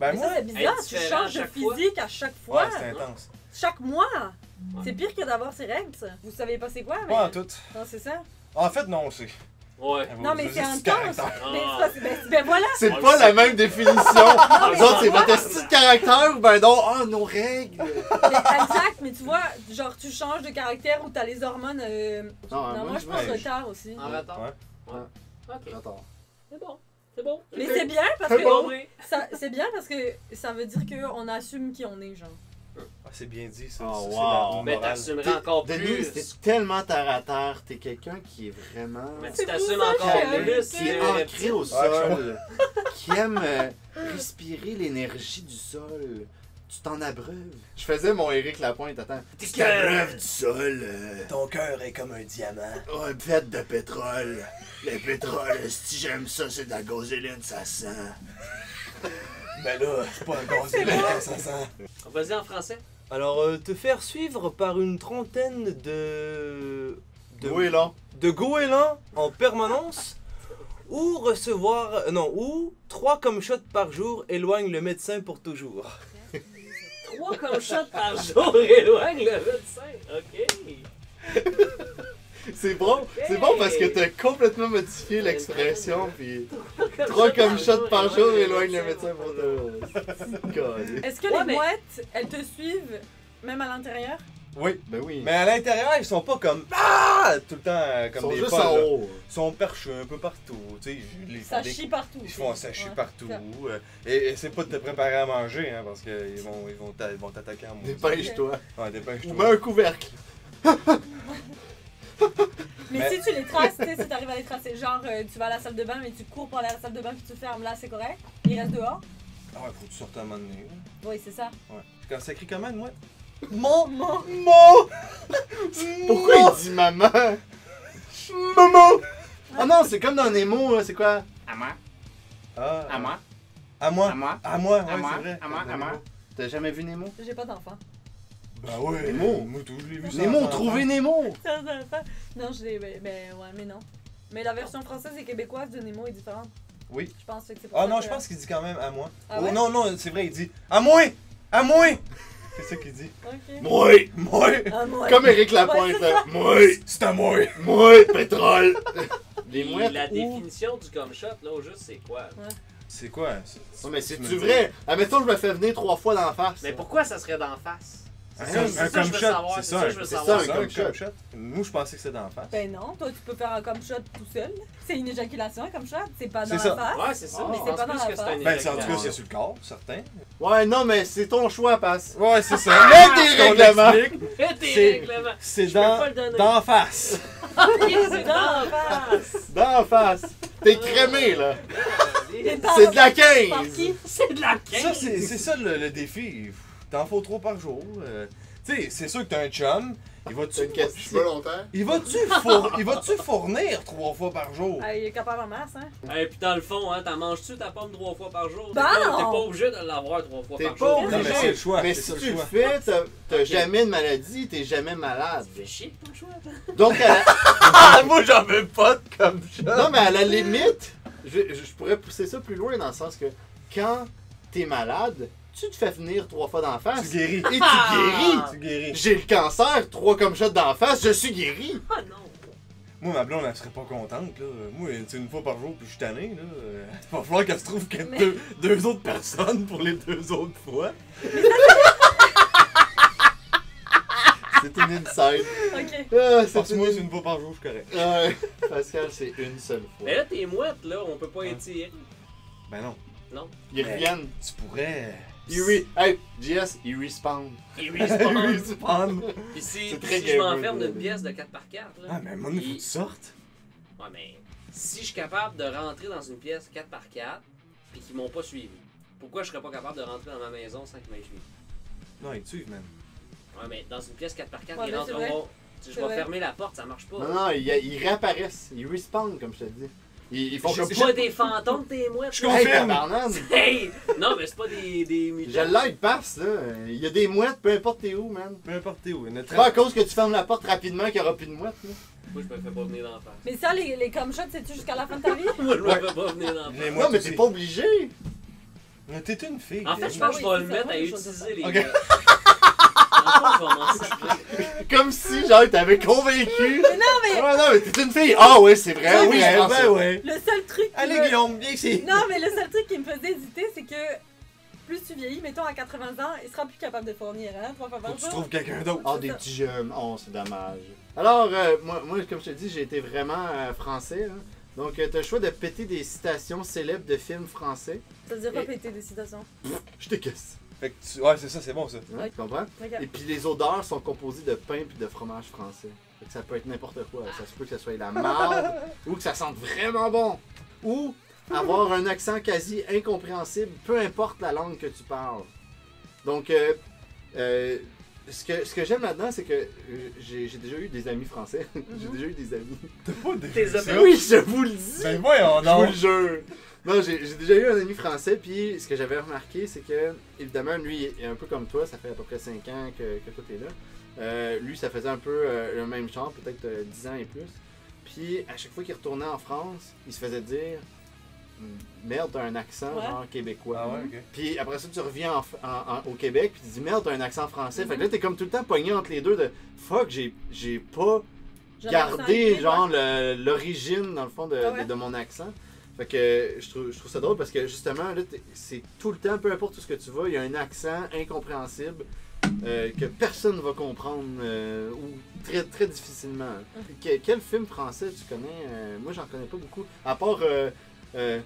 Speaker 2: Mais
Speaker 3: moi,
Speaker 2: ça, c'est bizarre.
Speaker 4: Être
Speaker 2: Tu
Speaker 4: différent
Speaker 2: changes
Speaker 4: à
Speaker 2: de
Speaker 4: chaque fois.
Speaker 2: physique à chaque fois.
Speaker 3: ouais, c'est intense.
Speaker 2: Chaque mois.
Speaker 4: Ouais.
Speaker 2: C'est pire que d'avoir ses règles, ça. Vous savez pas c'est quoi, mais...
Speaker 3: Pas en tout.
Speaker 2: Non, c'est ça.
Speaker 3: En fait, non, c'est.
Speaker 4: ouais.
Speaker 2: Non, mais c'est
Speaker 3: un
Speaker 2: intense. Mais c'est pas- ben- ben voilà.
Speaker 1: C'est
Speaker 4: On
Speaker 1: pas
Speaker 4: le
Speaker 1: la
Speaker 4: sait.
Speaker 1: même définition. Vous autres, c'est
Speaker 4: mais-
Speaker 1: votre esti de caractère ou ben non, ah, nos règles.
Speaker 2: Mais exact, mais tu vois, genre tu changes de caractère ou t'as les hormones. euh,
Speaker 1: Non,
Speaker 2: Non, moi je pense
Speaker 3: ouais,
Speaker 2: au
Speaker 3: Ah, je- Ah.
Speaker 2: tard aussi.
Speaker 4: En retard.
Speaker 3: Ouais.
Speaker 4: Ok,
Speaker 1: J'entends.
Speaker 4: c'est bon. C'est bon.
Speaker 2: Mais c'est bien parce
Speaker 1: C'est
Speaker 2: que
Speaker 1: bon.
Speaker 2: ça, c'est bien parce que ça veut dire qu'on assume qui on est, genre.
Speaker 3: Ah, c'est bien dit, ça.
Speaker 1: Oh,
Speaker 3: Ça,
Speaker 1: wow.
Speaker 3: c'est
Speaker 4: Mais
Speaker 3: la morale.
Speaker 4: t'assumerais encore
Speaker 1: Denis,
Speaker 4: plus.
Speaker 1: t'es tellement terre à terre. T'es quelqu'un qui est vraiment.
Speaker 4: Mais
Speaker 2: C'est
Speaker 4: tu t'assumes
Speaker 2: pour ça que
Speaker 1: Ah,
Speaker 4: encore
Speaker 2: j'ai
Speaker 1: Quelqu'un
Speaker 4: plus.
Speaker 2: arrêté.
Speaker 1: Qui
Speaker 4: c'est
Speaker 1: est
Speaker 4: un
Speaker 1: ancré
Speaker 4: reptile.
Speaker 1: au
Speaker 3: je
Speaker 1: sol. Qui aime euh, respirer l'énergie du sol. Tu t'en abreuves. Je faisais mon Éric Lapointe, attends.
Speaker 4: T'es
Speaker 1: Tu t'abreuves du sol. euh,
Speaker 3: Ton cœur est comme un diamant.
Speaker 1: Oh, fête de pétrole. Le pétrole, si j'aime ça, c'est de la gasoline, ça sent.
Speaker 3: Mais Ben là, c'est pas un gazon, ça sent.
Speaker 4: Vas-y en français.
Speaker 7: Alors, euh, te faire suivre par une trentaine de. de,
Speaker 1: Oui, là.
Speaker 7: de goélands en permanence ou recevoir. euh, Non, ou trois comme shots par jour éloignent le médecin pour toujours.
Speaker 4: Trois comme shots par jour éloigne le médecin. Ok.
Speaker 1: C'est bon, c'est bon parce que t'as complètement modifié l'expression, puis trois comme shot par jour éloigne le médecin pour te. Coller.
Speaker 2: Est-ce que
Speaker 4: Ouais,
Speaker 2: les
Speaker 4: mais-
Speaker 2: mouettes, elles te suivent même à l'intérieur
Speaker 3: Oui.
Speaker 1: Ben oui.
Speaker 3: Mais à l'intérieur, ils sont pas comme. Ah! Tout le temps, euh,
Speaker 1: Ils
Speaker 3: comme
Speaker 1: sont
Speaker 3: des
Speaker 1: juste
Speaker 3: folles,
Speaker 1: en
Speaker 3: là.
Speaker 1: haut.
Speaker 3: Ils sont perchés un peu partout. Tu sais, ils- ils font
Speaker 2: Ça
Speaker 3: des-
Speaker 2: chie partout.
Speaker 3: Ils font ça chie
Speaker 2: Ouais.
Speaker 3: partout. euh, Et, et c'est pas de te préparer à manger, hein, parce qu'ils vont ils vont t'a- ils vont t'attaquer en maudit.
Speaker 1: Dépêche-toi.
Speaker 3: Ouais, dépêche-toi.
Speaker 1: Ou mets un couvercle.
Speaker 2: Mais,
Speaker 3: Mais-
Speaker 2: si tu les traces, tu sais, si t'arrives à les tracer, genre euh, tu vas à la salle de bain, mais tu cours pour aller à la salle de bain puis tu fermes là, c'est correct. Ils restent dehors.
Speaker 3: Ah ouais, faut que tu sortes à un moment donné. là.
Speaker 2: Oui, c'est ça.
Speaker 3: Ouais. Quand ça crie comment, moi?
Speaker 2: Mon, mon.
Speaker 3: Mon!
Speaker 1: Pourquoi il dit maman Maman Ah non, c'est comme dans Nemo, hein, c'est quoi
Speaker 6: À moi,
Speaker 3: Ah,
Speaker 6: à moi,
Speaker 3: À
Speaker 6: à
Speaker 3: moi!
Speaker 6: moi.
Speaker 3: À moi, ouais,
Speaker 6: À moi,
Speaker 3: c'est vrai.
Speaker 6: à moi, à moi.
Speaker 1: T'as jamais vu Nemo
Speaker 2: J'ai pas d'enfant.
Speaker 3: Bah ouais,
Speaker 1: Nemo.
Speaker 3: Moutou, je l'ai vu ça.
Speaker 1: Nemo,
Speaker 3: enfant.
Speaker 1: trouvez Nemo
Speaker 2: Ça, ça, ça. Non, je l'ai. Mais, mais ouais, mais non. Mais la version française et québécoise de Nemo est différente.
Speaker 3: Oui.
Speaker 2: Je pense que c'est pour
Speaker 3: Ah
Speaker 2: ça
Speaker 3: non,
Speaker 2: que-
Speaker 3: je pense qu'il dit quand même à moi.
Speaker 2: Ah
Speaker 3: oh
Speaker 2: ouais?
Speaker 3: non, non, c'est vrai, il dit à moi! À moi! C'est ça qu'il dit.
Speaker 2: Ok.
Speaker 1: Moi
Speaker 3: Moi!
Speaker 2: Ah, moi.
Speaker 1: Comme Eric Lapointe,
Speaker 2: Ouais,
Speaker 1: là. Moi
Speaker 3: C'est à moi!
Speaker 1: Moi, pétrole Les
Speaker 4: Puis
Speaker 1: mouettes
Speaker 4: la
Speaker 1: ou-
Speaker 4: définition du comme shot, là, au juste, c'est quoi?
Speaker 3: C'est quoi? c'est-
Speaker 1: Non mais c'est-tu
Speaker 3: me dis-
Speaker 1: vrai? Admettons que je me fais venir trois fois d'en face.
Speaker 4: Mais pourquoi ça serait d'en face?
Speaker 3: Un
Speaker 4: ça,
Speaker 3: comme-
Speaker 4: c'est
Speaker 3: un
Speaker 4: ça, je
Speaker 3: comme
Speaker 4: veux
Speaker 3: shot,
Speaker 4: savoir,
Speaker 3: c'est
Speaker 4: c'est
Speaker 3: ça,
Speaker 4: ça,
Speaker 3: un-
Speaker 4: je veux
Speaker 3: c'est
Speaker 4: savoir.
Speaker 3: ça, un
Speaker 5: comme
Speaker 3: comme
Speaker 5: shot.
Speaker 3: shot. Moi, je pensais que c'était d'en face.
Speaker 2: Ben non, toi tu peux faire un comme shot tout seul. C'est une éjaculation, un comme shot. C'est pas dans
Speaker 3: C'est
Speaker 2: la
Speaker 3: ça.
Speaker 2: face.
Speaker 4: Ouais, c'est ça.
Speaker 2: Ah,
Speaker 4: mais
Speaker 2: c'est
Speaker 4: je pense
Speaker 2: pas dans
Speaker 4: plus
Speaker 2: la
Speaker 4: que c'est un
Speaker 3: Ben, c'est- en tout cas,
Speaker 4: éjaculation.
Speaker 3: c'est sur le corps, certain.
Speaker 8: Ouais, non, mais c'est ton choix, passe.
Speaker 3: Ouais, c'est ça.
Speaker 8: Le
Speaker 3: Qu'on
Speaker 8: dérèglement.
Speaker 3: explique,
Speaker 4: Eh,
Speaker 3: c'est-
Speaker 4: t'es règlement.
Speaker 3: C'est
Speaker 4: Je peux pas
Speaker 3: dans,
Speaker 4: le donner.
Speaker 3: d'en face.
Speaker 2: Yes, c'est dans la
Speaker 4: Ah,
Speaker 2: face.
Speaker 8: D'en face. T'es crémé, là.
Speaker 2: T'es
Speaker 4: Dans-
Speaker 2: dans
Speaker 8: C'est de la
Speaker 2: Par
Speaker 8: 15.
Speaker 2: qui
Speaker 4: C'est de la
Speaker 3: Ça,
Speaker 4: quinte.
Speaker 3: c'est c'est ça le, le défi. T'en faut trop par jour. euh. tu sais, c'est sûr que t'as un chum. Il va-tu
Speaker 5: C'est une question. Je suis volontaire.
Speaker 3: il va-tu four- il va-tu fournir trois fois par jour?
Speaker 2: Ah, il est capable en masse, hein?
Speaker 4: Et puis dans le fond, hein, t'en manges-tu ta pomme trois fois par jour? T'es
Speaker 2: Bon!
Speaker 4: pas- T'es pas obligé de l'avoir trois fois
Speaker 8: T'es
Speaker 4: par
Speaker 8: pas
Speaker 4: jour.
Speaker 8: obligé.
Speaker 3: Non, mais c'est le choix.
Speaker 8: Mais
Speaker 3: c'est
Speaker 8: si
Speaker 3: le
Speaker 8: tu le
Speaker 3: choix.
Speaker 8: fais, t'as t'as jamais de maladie, t'es jamais malade.
Speaker 4: Fais chier ton choix.
Speaker 8: Donc, à la-
Speaker 9: Ah, moi j'en veux pas de comme shot.
Speaker 8: non, mais à la limite, je, je pourrais pousser ça plus loin dans le sens que quand t'es malade, tu te fais venir trois fois d'en
Speaker 3: Tu
Speaker 8: face.
Speaker 3: guéris.
Speaker 8: Et tu guéris.
Speaker 3: Tu guéris.
Speaker 8: J'ai le cancer, trois comme shot d'en face, je suis guéri.
Speaker 4: Ah non.
Speaker 3: Moi, ma blonde, elle serait pas contente, là. Moi, tu sais, une fois par jour, puis je suis tanné, là. Euh, Il va falloir qu'elle se trouve que
Speaker 2: Mais-
Speaker 3: deux, deux autres personnes pour les deux autres fois.
Speaker 8: C'est une inside.
Speaker 2: Ok.
Speaker 8: Ah, c'est
Speaker 3: Parce que moi, c'est
Speaker 8: une...
Speaker 3: une fois par jour, je suis correct.
Speaker 8: Ah, Pascal, c'est une seule fois.
Speaker 4: Mais là, t'es mouette, là. On peut pas étirer.
Speaker 3: Ben non.
Speaker 8: Ils
Speaker 3: Mais-
Speaker 8: reviennent.
Speaker 3: Tu pourrais.
Speaker 8: Ils re... Hey, JS, ils respawn.
Speaker 4: Et oui, c'est pas mal.
Speaker 3: respawn.
Speaker 4: Puis si,
Speaker 8: C'est très
Speaker 4: si je
Speaker 8: gameux,
Speaker 4: m'enferme
Speaker 8: ça.
Speaker 4: d'une pièce de 4 par 4 là.
Speaker 3: Ah, mais à un moment donné, faut que tu sortes.
Speaker 4: Ouais, mais si je suis capable de rentrer dans une pièce 4 par 4 puis qu'ils m'ont pas suivi, pourquoi je serais pas capable de rentrer dans ma maison sans qu'ils m'aient suivi?
Speaker 3: Non, ils te suivent, man.
Speaker 4: Ouais, mais dans une pièce 4 par 4
Speaker 2: Ouais,
Speaker 4: ils
Speaker 2: mais c'est vrai.
Speaker 4: rentreront. Tu- Je
Speaker 2: C'est
Speaker 4: vais
Speaker 2: vrai.
Speaker 4: fermer la porte, ça marche pas.
Speaker 8: Non, non, ils, ils réapparaissent. Ils respawn, comme je te dis. Ils, ils font
Speaker 4: J'ai pas des fantômes, t'es mouette.
Speaker 3: Je
Speaker 4: là.
Speaker 8: Hey,
Speaker 3: Confirme.
Speaker 8: tabarnane!
Speaker 4: Hey! Non, mais c'est pas des, des mutants.
Speaker 8: Je l'aide, passe, là. Il y a des mouettes, peu importe t'es où, man.
Speaker 3: Peu importe t'es où. Notre
Speaker 8: C'est pas à cause que tu fermes la porte rapidement qu'il n'y aura plus de mouettes, là.
Speaker 4: Moi, je me fais pas venir d'en face.
Speaker 2: Mais ça, les, les comme shots, c'est-tu jusqu'à la fin de ta vie?
Speaker 4: Moi, je me
Speaker 8: Ouais.
Speaker 4: fais pas venir d'en face.
Speaker 3: Les
Speaker 8: non,
Speaker 3: mouettes
Speaker 8: mais t'es
Speaker 3: aussi.
Speaker 8: pas obligé.
Speaker 3: Mais T'es une fille.
Speaker 4: En fait, je
Speaker 3: Yann.
Speaker 4: pense que je vais le
Speaker 2: Oui,
Speaker 4: mettre à
Speaker 2: c'est ça,
Speaker 4: utiliser les
Speaker 3: Ok.
Speaker 4: mouettes. Dans le fond, je vais m'en servir.
Speaker 8: Comme si, genre, t'avais convaincu.
Speaker 2: Mais non, mais-
Speaker 8: Ouais, non, mais t'es une fille. Ah, ouais, c'est vrai.
Speaker 3: Ben
Speaker 8: oui,
Speaker 3: oui,
Speaker 8: je pense ça.
Speaker 3: ben ouais.
Speaker 2: Le seul truc. qui
Speaker 3: Allez,
Speaker 2: me-
Speaker 3: Guillaume, viens ici.
Speaker 2: Non, mais le seul truc qui me faisait hésiter, c'est que plus tu vieillis, mettons à 80 ans, il sera plus capable de fournir, hein, trois fois
Speaker 3: Faut
Speaker 2: par
Speaker 3: que tu
Speaker 2: jour.
Speaker 3: trouves quelqu'un d'autre.
Speaker 8: Ah, des petits jeunes. Oh, c'est dommage. Alors, euh, moi, moi, comme je te dis, j'ai été vraiment euh, français. hein. Donc, euh, t'as le choix de péter des citations célèbres de films français.
Speaker 2: Ça veut dire quoi péter des citations?
Speaker 8: Je te casse.
Speaker 3: Fait que tu... Ouais, c'est ça, c'est bon, ça.
Speaker 8: Hein, Tu comprends?
Speaker 2: Regarde.
Speaker 8: Et puis, les odeurs sont composées de pain puis de fromage français. Fait que ça peut être n'importe quoi. Ça se peut que ça soit de la marde ou que ça sente vraiment bon. Ou avoir un accent quasi incompréhensible, peu importe la langue que tu parles. Donc, euh, euh, ce que, ce que j'aime là-dedans, c'est que euh, j'ai j'ai déjà eu des amis français. j'ai déjà eu des amis.
Speaker 3: T'as pas des...
Speaker 4: Tes
Speaker 3: ça?
Speaker 4: amis.
Speaker 8: Oui, je vous le dis.
Speaker 3: Ben voyons
Speaker 8: Je vous
Speaker 3: donc.
Speaker 8: le jure. Non, j'ai j'ai déjà eu un ami français, puis ce que j'avais remarqué, c'est que, évidemment, lui, il est un peu comme toi, ça fait à peu près 5 ans que, que toi t'es là. Euh, lui, ça faisait un peu euh, le même genre, peut-être euh, 10 ans et plus. Puis, à chaque fois qu'il retournait en France, il se faisait dire Merde, t'as un accent
Speaker 2: Ouais.
Speaker 8: genre québécois.
Speaker 3: Ah ouais, ok.
Speaker 8: Puis après ça, tu reviens en- en- en- au Québec, puis tu dis Merde, t'as un accent français. Fait que là, t'es comme tout le temps pogné entre les deux de Fuck, j'ai j'ai pas
Speaker 2: J'ai un accent
Speaker 8: garder
Speaker 2: aigu,
Speaker 8: genre
Speaker 2: ouais.
Speaker 8: le- l'origine dans le fond de,
Speaker 2: Ah ouais?
Speaker 8: de- de mon accent. Fait que je trouve, je trouve ça drôle parce que justement là t'es- c'est tout le temps peu importe où ce que tu vas, il y a un accent incompréhensible euh, que personne va comprendre euh, ou très très difficilement.
Speaker 2: Mm.
Speaker 8: Que- quel film français tu connais Euh, Moi j'en connais pas beaucoup à part euh, euh,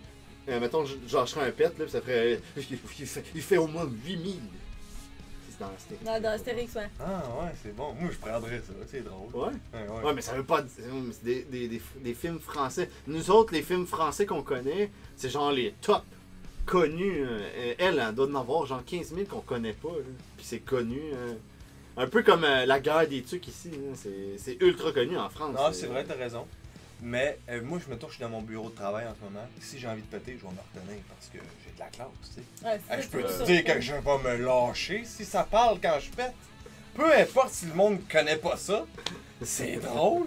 Speaker 8: euh, mettons je- genre je serais un pet là, puis ça ferait il, fait, il fait au moins 8000. C'est dans Astérix.
Speaker 2: Non, dans Astérix, ouais.
Speaker 3: Ah ouais, c'est bon. Moi, je prendrais ça. C'est drôle.
Speaker 8: Ouais.
Speaker 3: Ouais, ouais.
Speaker 8: Ouais, mais ça veut pas. dire- c'est Des, des, des, des films français. Nous autres, les films français qu'on connaît, c'est genre les top connus. euh, elle, elle doit en avoir genre 15 000 qu'on connaît pas. là. Puis c'est connu. euh, un peu comme euh, la guerre des tucs ici. là. C'est- C'est ultra connu en France. euh.
Speaker 3: Non, Ah, c'est vrai, t'as raison. Mais euh, moi, je me tourne, je suis dans mon bureau de travail en ce moment. Si j'ai envie de péter, je vais me retenir parce que j'ai de la classe, tu sais.
Speaker 2: Ouais, c'est
Speaker 3: Hey,
Speaker 2: ça,
Speaker 3: Ah, je
Speaker 2: tu
Speaker 3: peux
Speaker 2: vois
Speaker 3: te
Speaker 2: ça.
Speaker 3: dire que je vais pas me lâcher si ça parle quand je pète. Peu importe si le monde connaît pas ça, c'est drôle.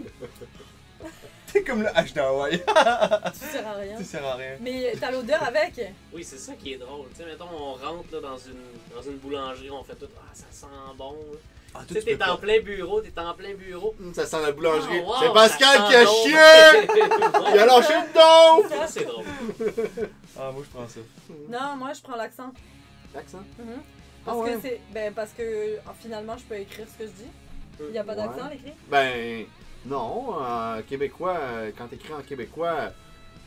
Speaker 3: T'es comme le H d'Hawaii.
Speaker 2: Tu sers à rien.
Speaker 3: Tu sers à rien.
Speaker 2: Mais t'as l'odeur avec.
Speaker 4: Oui, c'est ça qui est drôle. Tu sais, mettons, on rentre là, dans, une, dans une boulangerie, on fait tout. Ah, ça sent bon. là.
Speaker 3: Ah,
Speaker 4: Tu sais, t'es en plein bureau, t'es en plein bureau.
Speaker 8: Hum, Ça sent la boulangerie.
Speaker 4: Ah, wow,
Speaker 8: c'est Pascal
Speaker 4: ça
Speaker 8: qui a
Speaker 4: sent
Speaker 8: chié!
Speaker 4: bon.
Speaker 8: Il a lâché le don!
Speaker 4: Ça, c'est drôle.
Speaker 3: Ah, moi je prends ça.
Speaker 2: Non, moi je prends l'accent.
Speaker 8: L'accent?
Speaker 2: Mhm. Parce
Speaker 8: Ah ouais.
Speaker 2: que c'est. Ben, parce que euh, finalement, je peux écrire ce que je dis. Il n'y a pas d'accent à l'écrit.
Speaker 8: Ben, non. En québécois, euh, quand t'écris en québécois,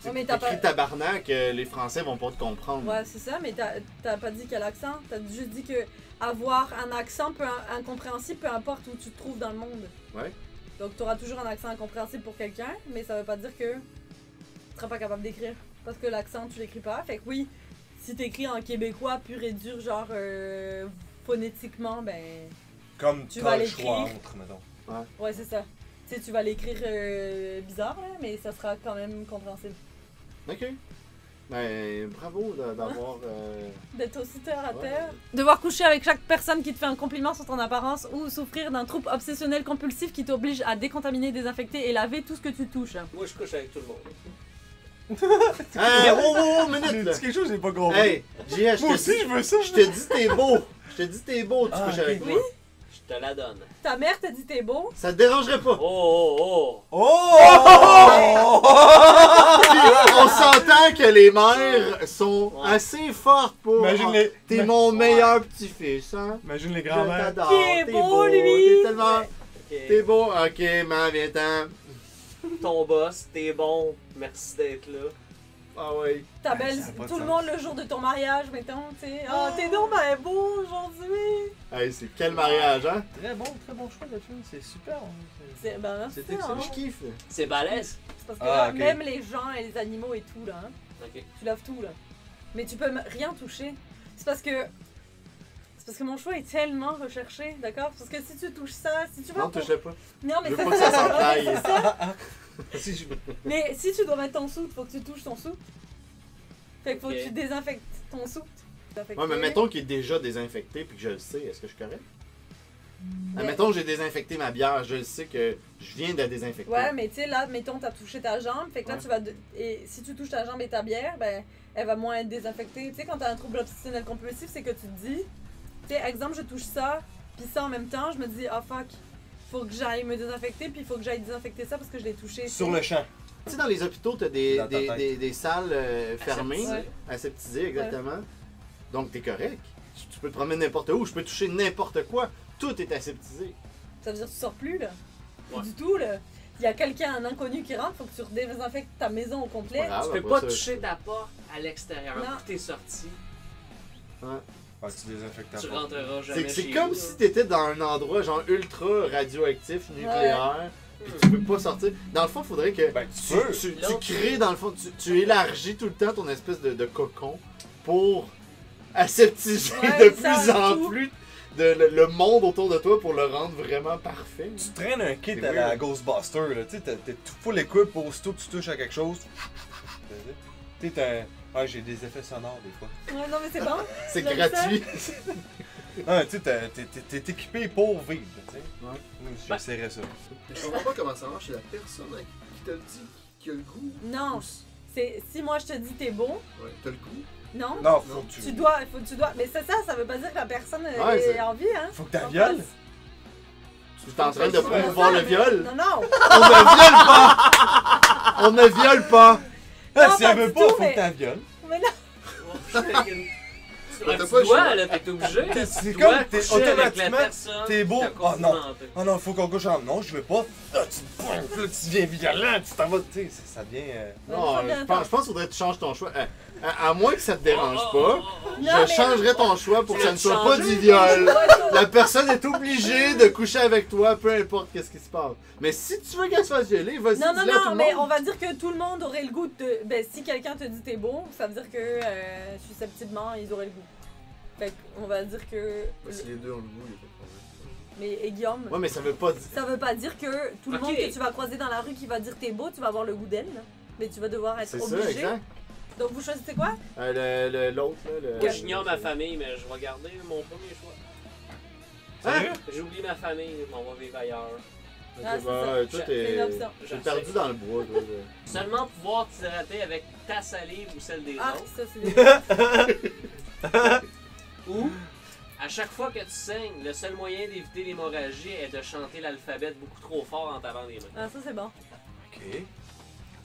Speaker 8: tu
Speaker 2: Ouais, mais
Speaker 8: écris
Speaker 2: t'as pas-
Speaker 8: tabarnak, euh, les Français vont pas te comprendre.
Speaker 2: Ouais, c'est ça, mais t'as- t'as pas dit quel accent. T'as juste dit que avoir un accent peu in- incompréhensible, peu importe où tu te trouves dans le monde.
Speaker 8: Ouais.
Speaker 2: Donc t'auras toujours un accent incompréhensible pour quelqu'un, mais ça veut pas dire que tu seras pas capable d'écrire. Parce que l'accent, tu l'écris pas. Fait que oui, si t'écris en québécois pur et dur, genre euh, phonétiquement, ben.
Speaker 3: Comme
Speaker 2: Tu
Speaker 3: tu
Speaker 2: vas
Speaker 3: as le
Speaker 2: l'écrire.
Speaker 3: choix entre, mettons.
Speaker 2: Ouais, c'est ça. Tu sais, tu vas l'écrire euh, bizarre, là, mais ça sera quand même compréhensible.
Speaker 8: Ok. Ben, bravo d'a- d'avoir. euh,
Speaker 2: D'être aussi terre à
Speaker 8: ouais.
Speaker 2: terre. Devoir coucher avec chaque personne qui te fait un compliment sur ton apparence ou souffrir d'un trouble obsessionnel compulsif qui t'oblige à décontaminer, désinfecter et laver tout ce que tu touches.
Speaker 4: Moi, je couche avec tout le monde.
Speaker 8: Hey, oh, oh, oh,
Speaker 3: Tu
Speaker 8: minute là.
Speaker 3: dis quelque chose, j'ai pas compris.
Speaker 8: Hey,
Speaker 3: Moi
Speaker 8: JH, je te
Speaker 3: aussi,
Speaker 8: dis-
Speaker 3: je veux ça.
Speaker 8: je te dis t'es beau. Je te dis t'es beau, tu
Speaker 3: Ah,
Speaker 8: couches
Speaker 3: ok.
Speaker 8: avec
Speaker 3: Oui.
Speaker 8: moi.
Speaker 4: Je te la donne.
Speaker 2: Ta mère t'a dit t'es beau.
Speaker 8: Ça te dérangerait pas.
Speaker 4: Oh, oh, oh!
Speaker 3: Oh!
Speaker 8: Puis, on s'entend que les mères sont
Speaker 4: Ouais.
Speaker 8: assez fortes pour. Ah,
Speaker 3: Imagine les,
Speaker 8: T'es
Speaker 3: ma-
Speaker 8: mon meilleur petit-fils, hein?
Speaker 3: imagine les
Speaker 8: Je
Speaker 3: grands-mères.
Speaker 8: t'adore,
Speaker 2: Qui est
Speaker 8: t'es
Speaker 2: beau,
Speaker 8: beau,
Speaker 2: lui.
Speaker 8: T'es tellement...
Speaker 4: Ok.
Speaker 8: T'es beau, ok, ma viens-t'en.
Speaker 4: Ton boss, t'es bon. Merci d'être là.
Speaker 8: Ah ouais.
Speaker 2: Ta
Speaker 3: Ouais,
Speaker 2: belle,
Speaker 3: ça a pas de
Speaker 2: tout le
Speaker 3: sens.
Speaker 2: monde le jour de ton mariage, mettons, tu sais. Oh, t'es donc ben beau aujourd'hui.
Speaker 8: Hey, c'est quel mariage, hein?
Speaker 10: Très bon, très bon choix de film, c'est super.
Speaker 2: C'est ben, merci,
Speaker 10: C'est excellent.
Speaker 2: hein.
Speaker 8: Je kiffe.
Speaker 4: C'est balèze.
Speaker 2: C'est Parce que
Speaker 10: Ah,
Speaker 2: là,
Speaker 10: ok.
Speaker 2: même les gens et les animaux et tout, là, hein,
Speaker 4: Ok.
Speaker 2: tu laves tout, là. Mais tu peux m- rien toucher. C'est parce que. C'est parce que mon choix est tellement recherché, d'accord Parce que si tu touches ça, si tu vas.
Speaker 8: Non,
Speaker 2: pour-
Speaker 8: touche-le pas.
Speaker 2: Non,
Speaker 8: Je
Speaker 2: mais
Speaker 8: veux
Speaker 2: ça,
Speaker 8: pas que ça s'entaille.
Speaker 10: Si je-
Speaker 2: Mais si tu dois mettre ton soude, faut que tu touches ton soude. Fait que faut
Speaker 4: Ok.
Speaker 2: que tu désinfectes ton soude. Désinfecter.
Speaker 8: Ouais, mais mettons qu'il est déjà désinfecté puis que je le sais, est-ce que je suis correct?
Speaker 2: Mm.
Speaker 8: Ah, Mettons que j'ai désinfecté ma bière, je le sais que je viens de la désinfecter.
Speaker 2: Ouais, mais tu sais, là, mettons, t'as touché ta jambe, fait que là,
Speaker 8: Ouais.
Speaker 2: tu vas. de- Et si tu touches ta jambe et ta bière, ben, elle va moins être désinfectée. Tu sais, quand t'as un trouble obsessionnel compulsif, c'est que tu te dis, tu sais, exemple, je touche ça, puis ça en même temps, je me dis, ah fuck, faut que j'aille me désinfecter, puis faut que j'aille désinfecter ça parce que je l'ai touché.
Speaker 3: Sur le champ.
Speaker 8: Tu sais, dans les hôpitaux, t'as des,
Speaker 3: Dans ta
Speaker 8: des,
Speaker 3: tête.
Speaker 8: des, des salles euh, fermées,
Speaker 2: Ouais.
Speaker 8: aseptisées, exactement. Donc, t'es correct. Tu- Tu peux te promener n'importe où, je peux toucher n'importe quoi. Tout est aseptisé.
Speaker 2: Ça veut dire que tu sors plus, là.
Speaker 4: Ouais.
Speaker 2: Du tout, là. Il y a quelqu'un, un inconnu qui rentre, faut que tu redésinfectes ta maison au
Speaker 8: C'est pas
Speaker 2: complet.
Speaker 8: grave,
Speaker 4: tu peux
Speaker 8: après
Speaker 4: pas
Speaker 8: ça,
Speaker 4: toucher
Speaker 8: je-
Speaker 4: ta porte à l'extérieur.
Speaker 2: Non.
Speaker 4: Tout est sorti.
Speaker 3: Ah, tu désinfectes ta
Speaker 4: Tu
Speaker 3: porte.
Speaker 4: rentreras jamais.
Speaker 8: C'est- C'est
Speaker 4: chez
Speaker 8: comme
Speaker 4: vous.
Speaker 8: si t'étais dans un endroit genre ultra radioactif, nucléaire, puis tu peux pas sortir. Dans le fond, il faudrait que
Speaker 3: Ben, tu
Speaker 8: tu,
Speaker 3: peux.
Speaker 8: tu- tu
Speaker 4: L'autre-
Speaker 8: crées, dans le fond, tu, tu élargis tout le temps ton espèce de, de cocon pour aseptiser
Speaker 2: Ouais,
Speaker 8: de
Speaker 2: ça,
Speaker 8: plus en
Speaker 2: tout.
Speaker 8: plus de, le, le monde autour de toi pour le rendre vraiment parfait.
Speaker 3: Tu traînes un kit
Speaker 8: C'est
Speaker 3: à la
Speaker 8: weird.
Speaker 3: Ghostbuster, là. Tu sais, t'as- t'es tout full équipe pour aussitôt que tu touches à quelque chose. Tu sais, t'as un. Ah, j'ai des effets sonores des fois.
Speaker 2: Ouais, non, mais c'est bon.
Speaker 8: C'est
Speaker 2: J'aime
Speaker 8: gratuit.
Speaker 3: Ah, tu sais, t'as- t'es- t'es t'es équipé pour vivre, tu sais.
Speaker 8: Ouais.
Speaker 3: Mm, J'essaierais ça.
Speaker 5: Je comprends pas comment ça marche. C'est la personne à qui te le dit qui a le goût.
Speaker 2: Non, c'est si moi je te dis t'es bon,
Speaker 5: Ouais, t'as le goût.
Speaker 2: non.
Speaker 3: Non, faut que tu.
Speaker 2: Tu dois, faut, tu dois. Mais c'est ça, ça veut pas dire que la personne euh,
Speaker 8: Ouais,
Speaker 2: est
Speaker 8: c'est-
Speaker 2: en vie, hein.
Speaker 3: Faut que t'as viole.
Speaker 8: Tu es en train de
Speaker 5: On va
Speaker 8: promouvoir le
Speaker 2: mais-
Speaker 8: viol.
Speaker 2: Non, non.
Speaker 8: On ne viole pas! On ne viole pas!
Speaker 3: Ah,
Speaker 2: Non,
Speaker 3: si elle
Speaker 2: pas
Speaker 3: veut
Speaker 2: du
Speaker 3: pas,
Speaker 2: tout,
Speaker 3: faut
Speaker 2: mais-
Speaker 3: que t'as viole.
Speaker 2: Mais non.
Speaker 4: Tu as
Speaker 5: Mais t'as
Speaker 4: un
Speaker 5: pas le
Speaker 4: petit doigt,
Speaker 5: choix.
Speaker 4: là, t'es obligé. là.
Speaker 3: C'est
Speaker 4: Tu
Speaker 3: comme
Speaker 4: dois
Speaker 3: t'es
Speaker 4: coucher avec la
Speaker 3: automatiquement,
Speaker 4: personne
Speaker 3: t'es beau.
Speaker 4: qui t'a
Speaker 3: Ah, non.
Speaker 4: complimenté.
Speaker 3: Oh non, faut qu'on couche ensemble. Non, je veux pas. Là, tu te pointes, là, tu deviens violent, tu t'en vas. Tu sais, ça- ça devient. euh,
Speaker 8: Non,
Speaker 2: mais
Speaker 8: je pense, je pense qu'il faudrait que tu changes ton choix. Euh, À, à moins que ça te dérange
Speaker 4: Oh,
Speaker 8: pas,
Speaker 4: oh, oh, oh.
Speaker 2: Non, mais-
Speaker 8: je changerais ton choix pour
Speaker 4: Tu
Speaker 8: que ça ne
Speaker 4: l'as
Speaker 8: soit pas
Speaker 4: changé?
Speaker 8: du viol.
Speaker 2: Ouais, ça-
Speaker 8: La personne est obligée de coucher avec toi, peu importe qu'est-ce qui se passe. Mais si tu veux qu'elle se fasse violer, vas-y,
Speaker 2: Non, non,
Speaker 8: dis-le à tout
Speaker 2: non,
Speaker 8: le
Speaker 2: mais on
Speaker 8: monde.
Speaker 2: va dire que tout le monde aurait le goût de. Ben, si quelqu'un te dit t'es bon, ça veut dire que euh, susceptiblement, ils auraient le goût. Fait qu'on va dire que.
Speaker 5: Mais si les deux ont le goût, il y a pas de problème.
Speaker 2: Mais et Guillaume,
Speaker 8: Ouais, mais ça veut pas dire.
Speaker 2: ça veut pas dire que tout le
Speaker 4: Ok.
Speaker 2: monde que tu vas croiser dans la rue qui va dire t'es beau, tu vas avoir le goût d'elle. là. Mais tu vas devoir être
Speaker 8: C'est ça,
Speaker 2: obligé.
Speaker 8: exact.
Speaker 2: Donc vous choisissez quoi
Speaker 8: Euh, le- le- L'autre, là. Le,
Speaker 4: Moi, j'ignore ma famille, mais je vais garder mon premier choix.
Speaker 8: Hein?
Speaker 4: J'oublie ma famille, mais on va vivre ailleurs.
Speaker 2: Ah,
Speaker 8: Ok,
Speaker 2: c'est
Speaker 8: bah,
Speaker 2: ça.
Speaker 8: euh, toi,
Speaker 2: C'est
Speaker 8: t'es-
Speaker 2: une option.
Speaker 8: T'es perdu dans le bois, toi. là.
Speaker 4: Seulement pouvoir t'hydrater avec ta salive ou celle des
Speaker 2: Ah,
Speaker 4: autres.
Speaker 2: ça c'est des-
Speaker 4: Ou, à chaque fois que tu saignes, le seul moyen d'éviter l'hémorragie est de chanter l'alphabet beaucoup trop fort en t'avant les mains.
Speaker 2: Ah, ça c'est bon.
Speaker 10: Ok.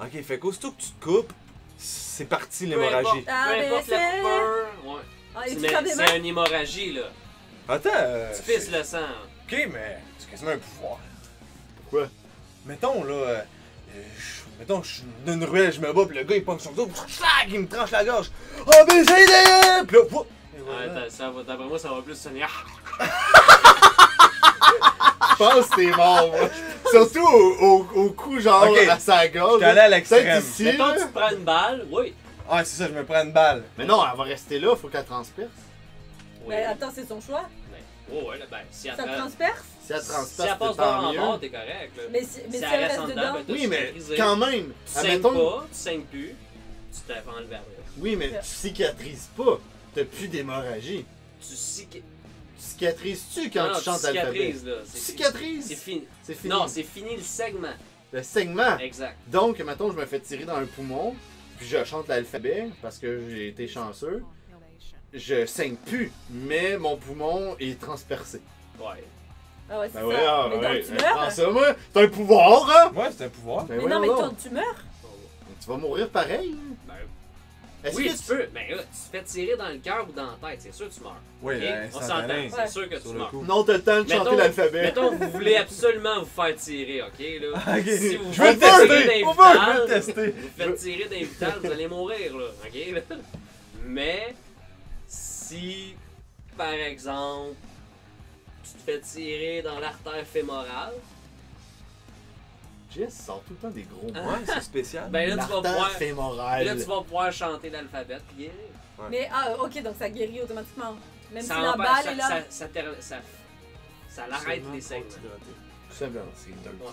Speaker 10: Ok, fait qu'aussitôt que tu te coupes, c'est parti l'hémorragie.
Speaker 4: Peu importe,
Speaker 2: Ah,
Speaker 4: peu
Speaker 2: mais
Speaker 4: importe
Speaker 2: c'est-
Speaker 4: la coupeur. Ouais.
Speaker 2: Ah, et
Speaker 4: C'est
Speaker 2: tu
Speaker 4: mais-
Speaker 2: sors des mains?
Speaker 4: c'est une hémorragie, là.
Speaker 3: Attends. euh,
Speaker 4: Tu pisses
Speaker 3: c'est-
Speaker 4: le sang.
Speaker 3: Ok, mais c'est quasiment un pouvoir.
Speaker 8: Pourquoi?
Speaker 3: Mettons, là. euh, euh, je- mettons, je suis dans une ruelle, je me bats, pis le gars il pogne son dos, pis clac, il me tranche la gorge. Oh, mais j'ai des. Pis là, pouah! Et voilà.
Speaker 4: Ouais, t'as- ça va- D'après moi, ça va plus sonner. Ah!
Speaker 8: Je pense que t'es mort, moi. Surtout au, au, au coup, genre,
Speaker 3: Ok.
Speaker 8: à sa gorge.
Speaker 3: J'étais allé à
Speaker 8: Peut-être
Speaker 3: l'extrême.
Speaker 8: ici,
Speaker 4: Mettons,
Speaker 8: là.
Speaker 4: tu te prends une balle. Oui.
Speaker 3: Ah, c'est ça, je me prends une balle.
Speaker 8: Mais non, elle va rester là, faut qu'elle transperce.
Speaker 4: Oui.
Speaker 2: Ben attends, c'est son choix.
Speaker 4: Mais- oh, ouais, là, ben, si elle
Speaker 2: Ça te
Speaker 4: tra-
Speaker 2: transperce?
Speaker 8: Si elle
Speaker 4: si
Speaker 8: transperce,
Speaker 4: elle
Speaker 8: c'est
Speaker 4: passe par
Speaker 8: tant
Speaker 4: en
Speaker 8: mieux.
Speaker 4: bord, t'es correct, là.
Speaker 2: Mais si, mais
Speaker 4: Si
Speaker 2: si
Speaker 4: elle
Speaker 2: elle
Speaker 4: reste en
Speaker 2: reste
Speaker 4: dedans,
Speaker 2: dedans.
Speaker 4: ben, t'as
Speaker 8: Oui, mais
Speaker 4: cicatrisé.
Speaker 8: quand même.
Speaker 4: Tu saignes
Speaker 8: Admettons,
Speaker 4: pas, tu saignes plus, tu te fais enlever après.
Speaker 8: oui, mais tu cicatrises pas. T'as plus d'hémorragie.
Speaker 4: Tu cic-
Speaker 8: Tu cicatrises-tu quand
Speaker 4: Non,
Speaker 8: tu chantes l'alphabet?
Speaker 4: cicatrises, là.
Speaker 8: Tu
Speaker 4: C'est- C'est
Speaker 8: cicatrises.
Speaker 4: fini.
Speaker 8: C'est fini.
Speaker 4: Non, c'est fini le segment.
Speaker 8: Le segment.
Speaker 4: Exact.
Speaker 8: Donc, mettons, je me fais tirer dans un poumon, puis je chante l'alphabet parce que j'ai été chanceux. Je saigne plus, mais mon poumon est transpercé.
Speaker 4: Ouais.
Speaker 2: Ah ouais, c'est
Speaker 8: Ben
Speaker 2: ça.
Speaker 8: ouais, ah,
Speaker 2: mais
Speaker 8: ouais,
Speaker 2: donc tu
Speaker 8: je
Speaker 2: meurs. hein?
Speaker 8: prends ça, moi. C'est un pouvoir, hein?
Speaker 3: Ouais, c'est un pouvoir.
Speaker 8: Ben
Speaker 2: Mais
Speaker 8: voyons
Speaker 2: non, mais
Speaker 8: donc.
Speaker 2: donc tu meurs.
Speaker 4: Oh.
Speaker 8: Tu vas mourir pareil.
Speaker 4: Ben,
Speaker 8: Est-ce
Speaker 4: oui,
Speaker 8: que
Speaker 4: tu peux. Mais là, tu te fais tirer dans le cœur ou dans la tête. C'est sûr que tu meurs.
Speaker 3: Oui,
Speaker 4: Ok?
Speaker 3: euh,
Speaker 4: On s'entend.
Speaker 3: instantané.
Speaker 4: C'est sûr que tu
Speaker 3: Sur le
Speaker 4: meurs.
Speaker 3: coup.
Speaker 8: Non, t'as le temps de
Speaker 4: Mettons-
Speaker 8: chanter l'alphabet.
Speaker 4: Mettons, vous voulez absolument vous faire tirer, ok? Là.
Speaker 3: Ah, Ok,
Speaker 4: Si vous
Speaker 3: je veux le
Speaker 4: faites tirer
Speaker 3: tester!
Speaker 4: d'un
Speaker 3: On veut, je
Speaker 4: vital,
Speaker 3: veux le tester!
Speaker 4: Vous faites tirer d'un vital, vous allez mourir, là. OK? là? Mais si, par exemple, tu te fais tirer dans l'artère fémorale,
Speaker 8: Jess sort tout le temps des gros mots.
Speaker 11: Ouais, c'est spécial.
Speaker 4: ben là, tu vas
Speaker 8: L'artère
Speaker 4: pouvoir,
Speaker 8: fémorale.
Speaker 4: là, tu vas pouvoir chanter l'alphabet. puis guérir.
Speaker 2: Mais ah, ok, donc ça guérit automatiquement. Même si la
Speaker 4: empêche-
Speaker 2: balle
Speaker 4: ça,
Speaker 2: est là.
Speaker 4: ça, ça, ter- ça- ça l'arrête les saignements.
Speaker 8: Tout simplement, ben, c'est dingue.
Speaker 4: Ouais.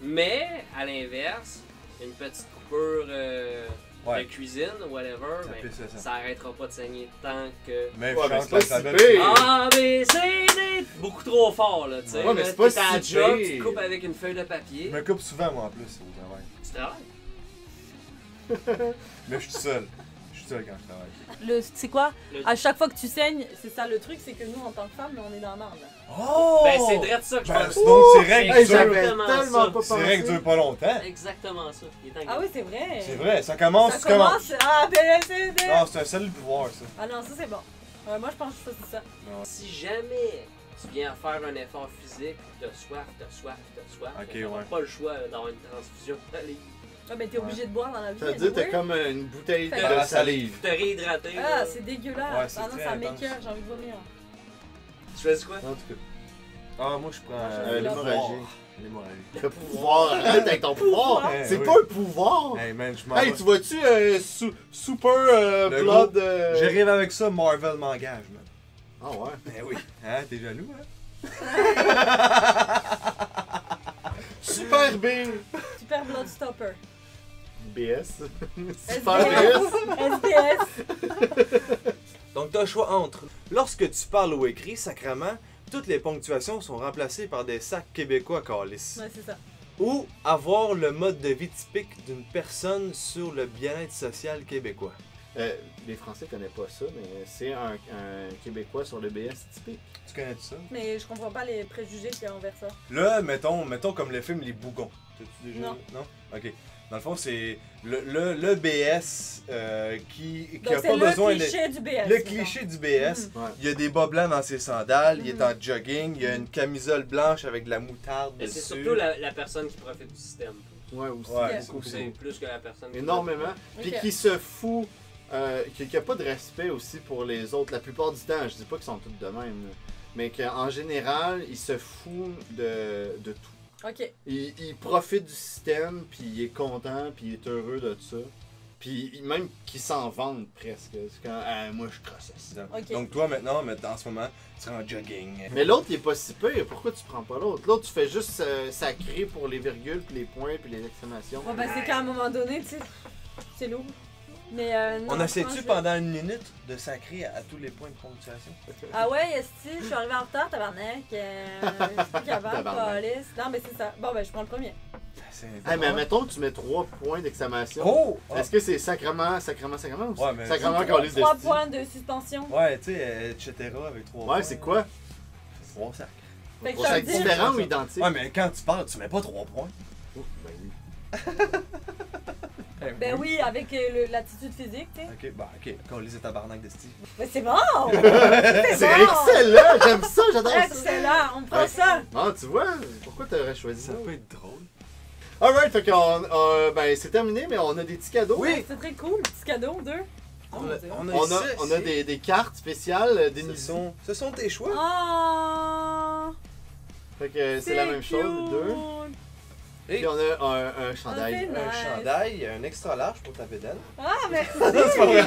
Speaker 4: Mais, à l'inverse, une petite coupure euh,
Speaker 3: Ouais.
Speaker 4: de cuisine, whatever,
Speaker 3: Ça
Speaker 4: ben,
Speaker 3: pisse le sang.
Speaker 4: ça arrêtera pas de saigner tant que
Speaker 3: Mais
Speaker 8: Ouais,
Speaker 3: je
Speaker 8: mais
Speaker 3: chante
Speaker 8: c'est pas si
Speaker 3: l'alphabet.
Speaker 8: pire.
Speaker 3: Ah,
Speaker 4: Ah, mais c'est des- beaucoup trop fort, là, tu sais.
Speaker 8: Ouais, mais
Speaker 4: Là,
Speaker 8: c'est pas
Speaker 4: t'es à
Speaker 8: si
Speaker 4: la job,
Speaker 8: pire.
Speaker 4: tu te coupes avec une feuille de papier.
Speaker 3: Je me coupe souvent, moi, en plus, au travail.
Speaker 4: Tu travailles.
Speaker 3: Mais je suis seul. Je suis seul quand je travaille.
Speaker 2: Le, c'est quoi
Speaker 4: Le-
Speaker 2: À chaque fois que tu saignes, c'est ça le truc, c'est que nous en tant que femmes, là, on est dans la merde. là.
Speaker 3: Oh!
Speaker 4: Ben, c'est vrai de ça que je
Speaker 3: Ben,
Speaker 4: pense.
Speaker 3: sinon, c'est
Speaker 4: C'est
Speaker 3: règle
Speaker 8: Hey,
Speaker 3: que
Speaker 8: j'avais
Speaker 3: dure.
Speaker 4: exactement
Speaker 8: tellement
Speaker 4: ça.
Speaker 8: pas
Speaker 3: C'est vrai que
Speaker 8: pensé.
Speaker 3: dure pas longtemps.
Speaker 4: Exactement ça. Il est temps
Speaker 2: Ah
Speaker 4: que-
Speaker 2: oui, c'est vrai.
Speaker 3: C'est vrai, ça commence,
Speaker 2: Ça
Speaker 3: tu commences.
Speaker 2: commence. Ah, PLCD.
Speaker 3: Non, c'est un seul pouvoir, ça.
Speaker 2: Ah non, ça c'est bon. Ouais, moi je pense que je choisis ça.
Speaker 4: Si jamais tu viens à faire un effort physique, t'as soif, t'as soif, t'as soif,
Speaker 3: Ok,
Speaker 4: t'as
Speaker 3: ouais.
Speaker 4: pas le choix euh, d'avoir une transfusion. Allez,
Speaker 2: Ouais, mais Ah, ben, t'es obligé de boire dans la vie.
Speaker 8: Ça veut dire que
Speaker 2: anyway.
Speaker 8: t'as comme une bouteille
Speaker 2: Fait
Speaker 3: que-
Speaker 8: de salive.
Speaker 4: te réhydrater.
Speaker 2: Ah,
Speaker 4: là.
Speaker 2: c'est
Speaker 3: Ouais,
Speaker 2: dégueulasse.
Speaker 3: c'est
Speaker 2: ah non,
Speaker 3: très
Speaker 2: ça
Speaker 3: intense.
Speaker 2: m'écoeure, j'ai envie de vomir.
Speaker 4: Tu fais quoi?
Speaker 8: En tout cas,
Speaker 3: Ah, moi, je prends
Speaker 2: Ah,
Speaker 8: euh,
Speaker 2: Le
Speaker 8: l'hémorragie.
Speaker 3: l'hémorragie.
Speaker 8: Le pouvoir, arrête avec ton pouvoir.
Speaker 3: Eh,
Speaker 8: C'est
Speaker 3: oui.
Speaker 8: pas un pouvoir.
Speaker 3: Oh. Hey, man, je m'en
Speaker 8: Hey,
Speaker 3: vais.
Speaker 8: tu vois-tu euh, sou- Super euh,
Speaker 3: Le
Speaker 8: Blood.
Speaker 3: gros-
Speaker 8: euh,
Speaker 3: J'arrive avec ça, Marvel m'engage, man.
Speaker 8: Ah ouais.
Speaker 3: Ben oui. Hein, t'es jaloux, hein?
Speaker 8: Super B.
Speaker 2: Super Bloodstopper.
Speaker 8: BS. Super
Speaker 2: SBS.
Speaker 8: BS.
Speaker 2: SBS.
Speaker 11: Donc, t'as le choix entre. Lorsque tu parles ou écris sacrament, toutes les ponctuations sont remplacées par des sacs québécois calices.
Speaker 2: Ouais, c'est ça.
Speaker 11: Ou avoir le mode de vie typique d'une personne sur le bien-être social québécois.
Speaker 8: Euh, les Français connaissent pas ça, mais c'est un, un Québécois sur le BS typique.
Speaker 3: Tu connais tout ça?
Speaker 2: Mais je comprends pas les préjugés qu'il y a envers ça.
Speaker 3: Là, mettons, mettons comme le film Les Bougons. T'as-tu déjà
Speaker 2: Non.
Speaker 3: vu? Non? Ok. Dans le fond, c'est le, le, le BS euh, qui, qui
Speaker 2: Donc
Speaker 3: a
Speaker 2: c'est
Speaker 3: pas
Speaker 2: le
Speaker 3: besoin de.
Speaker 2: cliché du BS.
Speaker 3: Le
Speaker 2: c'est ça.
Speaker 3: cliché du BS.
Speaker 8: Ouais.
Speaker 3: Il y a des bas blancs dans ses sandales, il est
Speaker 2: Mhm.
Speaker 3: en jogging, il y a une camisole blanche avec de la moutarde
Speaker 4: Mais
Speaker 3: dessus.
Speaker 4: C'est surtout la, la personne qui profite du système.
Speaker 8: Ouais, aussi.
Speaker 3: Ouais,
Speaker 8: beaucoup,
Speaker 3: beaucoup.
Speaker 4: C'est
Speaker 8: beaucoup.
Speaker 4: plus que la personne qui
Speaker 8: Énormément. Puis
Speaker 2: Ok.
Speaker 8: qui se fout. euh, qui n'a pas de respect aussi pour les autres. La plupart du temps, je dis pas qu'ils sont tous de même. là. Mais qu'en général, ils se foutent de, de tout.
Speaker 2: Ok.
Speaker 8: Il, il profite du système, puis il est content, puis il est heureux de ça. Puis il- même qu'il s'en vante presque. C'est quand, Ah, moi, je crosse ça.
Speaker 2: Ok.
Speaker 3: Donc toi maintenant, mais en ce moment, tu seras en jogging.
Speaker 8: Mais l'autre, il est pas si pire. Pourquoi tu prends pas l'autre L'autre, tu fais juste euh, sacrer pour les virgules, puis les points, puis les exclamations.
Speaker 3: Ah,
Speaker 2: Bon, bah c'est qu'à un moment donné, tu sais, c'est lourd. Mais euh, non,
Speaker 11: On
Speaker 2: je
Speaker 11: essaie-tu
Speaker 2: pense que je vais-
Speaker 11: pendant une minute de sacrer à, à tous les points de ponctuation?
Speaker 2: Ah ouais, esti, je suis arrivée en retard, tabarnak. Euh, je suis plus capable,
Speaker 8: Tabarnak.
Speaker 2: câlisse. Non, mais c'est ça. Bon, ben je prends le premier.
Speaker 3: C'est
Speaker 8: Ah, mais mettons que tu mets trois points d'exclamation.
Speaker 3: Oh! Ah.
Speaker 8: Est-ce que c'est sacrement, sacrement, sacrement ou
Speaker 3: Ouais, mais-
Speaker 8: sacrement qu'on
Speaker 2: Trois
Speaker 8: lise
Speaker 2: trois points de suspension.
Speaker 3: Ouais, tu sais, euh, etc. avec trois points.
Speaker 8: Ouais, c'est quoi
Speaker 3: Trois sacs.
Speaker 2: Fait que
Speaker 8: Pour
Speaker 2: ça
Speaker 8: chaque
Speaker 2: veut dire.
Speaker 8: différent ou identique
Speaker 3: Oh, ben Ouais, mais quand tu parles, tu mets pas trois points.
Speaker 8: Ouf, ben oui.
Speaker 2: Ben oui, avec euh, le- l'attitude physique, tu sais.
Speaker 3: Ok, bah ok, quand les tabarnak de style.
Speaker 2: Mais c'est bon! C'est
Speaker 8: C'est
Speaker 2: bon!
Speaker 8: excellent! J'aime ça, j'adore ça!
Speaker 2: Excellent! On prend
Speaker 8: Ouais.
Speaker 2: ça!
Speaker 8: Ah, tu vois, pourquoi t'aurais choisi ça?
Speaker 3: peut être drôle.
Speaker 8: Alright, fait qu'on. euh, ben, c'est terminé, mais on a des petits cadeaux.
Speaker 2: Ouais, C'est très cool, petit cadeau, deux. Oh,
Speaker 12: On
Speaker 2: mon
Speaker 12: a,
Speaker 2: Dieu.
Speaker 12: on a
Speaker 8: On a,
Speaker 12: ça,
Speaker 8: on a
Speaker 12: c'est-
Speaker 8: des, des cartes spéciales, euh, des
Speaker 3: Ce
Speaker 8: musiques.
Speaker 3: sont, ce sont tes choix.
Speaker 2: Oh!
Speaker 8: Fait que c'est la même chose, les deux.
Speaker 2: cute.
Speaker 3: Et-
Speaker 8: Puis on a un, un
Speaker 2: Ah,
Speaker 8: chandail.
Speaker 2: c'est
Speaker 3: Un
Speaker 2: nice.
Speaker 3: chandail, un extra large pour ta bédaine.
Speaker 2: Ah, merci!
Speaker 3: c'est pas vrai.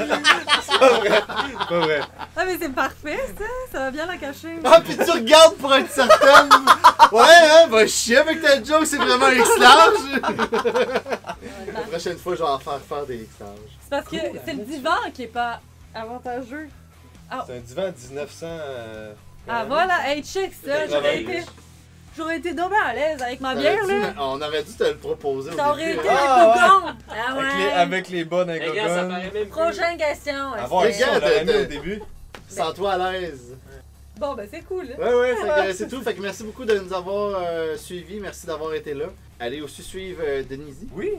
Speaker 3: C'est pas vrai. C'est pas vrai.
Speaker 2: Ah, mais c'est parfait, ça! Ça va bien la cacher.
Speaker 8: Ah, puis tu regardes pour être certaine! Ouais, hein, va chier avec ta joke, c'est vraiment un X-large! La
Speaker 2: Voilà.
Speaker 8: prochaine fois, je vais en faire faire des X-larges.
Speaker 2: C'est parce que
Speaker 3: Cool,
Speaker 2: c'est le divan qui est pas avantageux.
Speaker 3: C'est un divan 1900. euh,
Speaker 2: Ah,
Speaker 3: euh,
Speaker 2: voilà! Hey, check ça!
Speaker 3: Peut-être
Speaker 2: J'aurais
Speaker 3: la
Speaker 2: été... J'aurais été dommage à l'aise avec ma bière, Ah, là!
Speaker 8: On aurait dû te le proposer au
Speaker 2: Ça aurait
Speaker 8: début.
Speaker 2: été
Speaker 8: hein.
Speaker 2: un bougon! Ah
Speaker 3: Avec les,
Speaker 2: ouais!
Speaker 3: avec les bonnes
Speaker 4: Hey, gars, ça paraît
Speaker 3: ingrédients.
Speaker 4: même plus.
Speaker 2: Prochaine question!
Speaker 3: Avoir
Speaker 8: Les
Speaker 3: un
Speaker 8: gars,
Speaker 3: on l'aurait
Speaker 8: de-
Speaker 3: mis
Speaker 8: de-
Speaker 3: au début.
Speaker 8: Sens-toi à l'aise.
Speaker 2: Bon, ben c'est cool!
Speaker 8: Ouais, ouais, fait que, euh, c'est tout. Fait que merci beaucoup de nous avoir euh, suivis. Merci d'avoir été là. Allez aussi suivre euh, Denise
Speaker 3: Oui.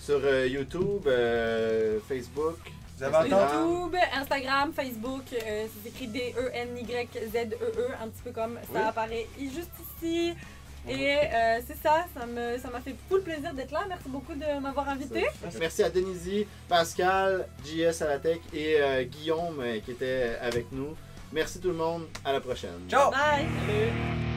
Speaker 8: sur euh, YouTube, euh, Facebook.
Speaker 3: Vous avez entendu?
Speaker 2: YouTube, Instagram, Facebook, euh, c'est écrit D-E-N-Y-Z-E-E, E un petit peu comme ça
Speaker 3: Oui.
Speaker 2: apparaît i- juste ici. Et euh, c'est ça, ça me- ça m'a fait beaucoup le plaisir d'être là. Merci beaucoup de m'avoir invité.
Speaker 8: Merci à Denise, Pascal, JS à la tech et euh, Guillaume euh, qui était avec nous. Merci tout le monde. À la prochaine.
Speaker 3: Ciao.
Speaker 2: Bye!
Speaker 4: Salut.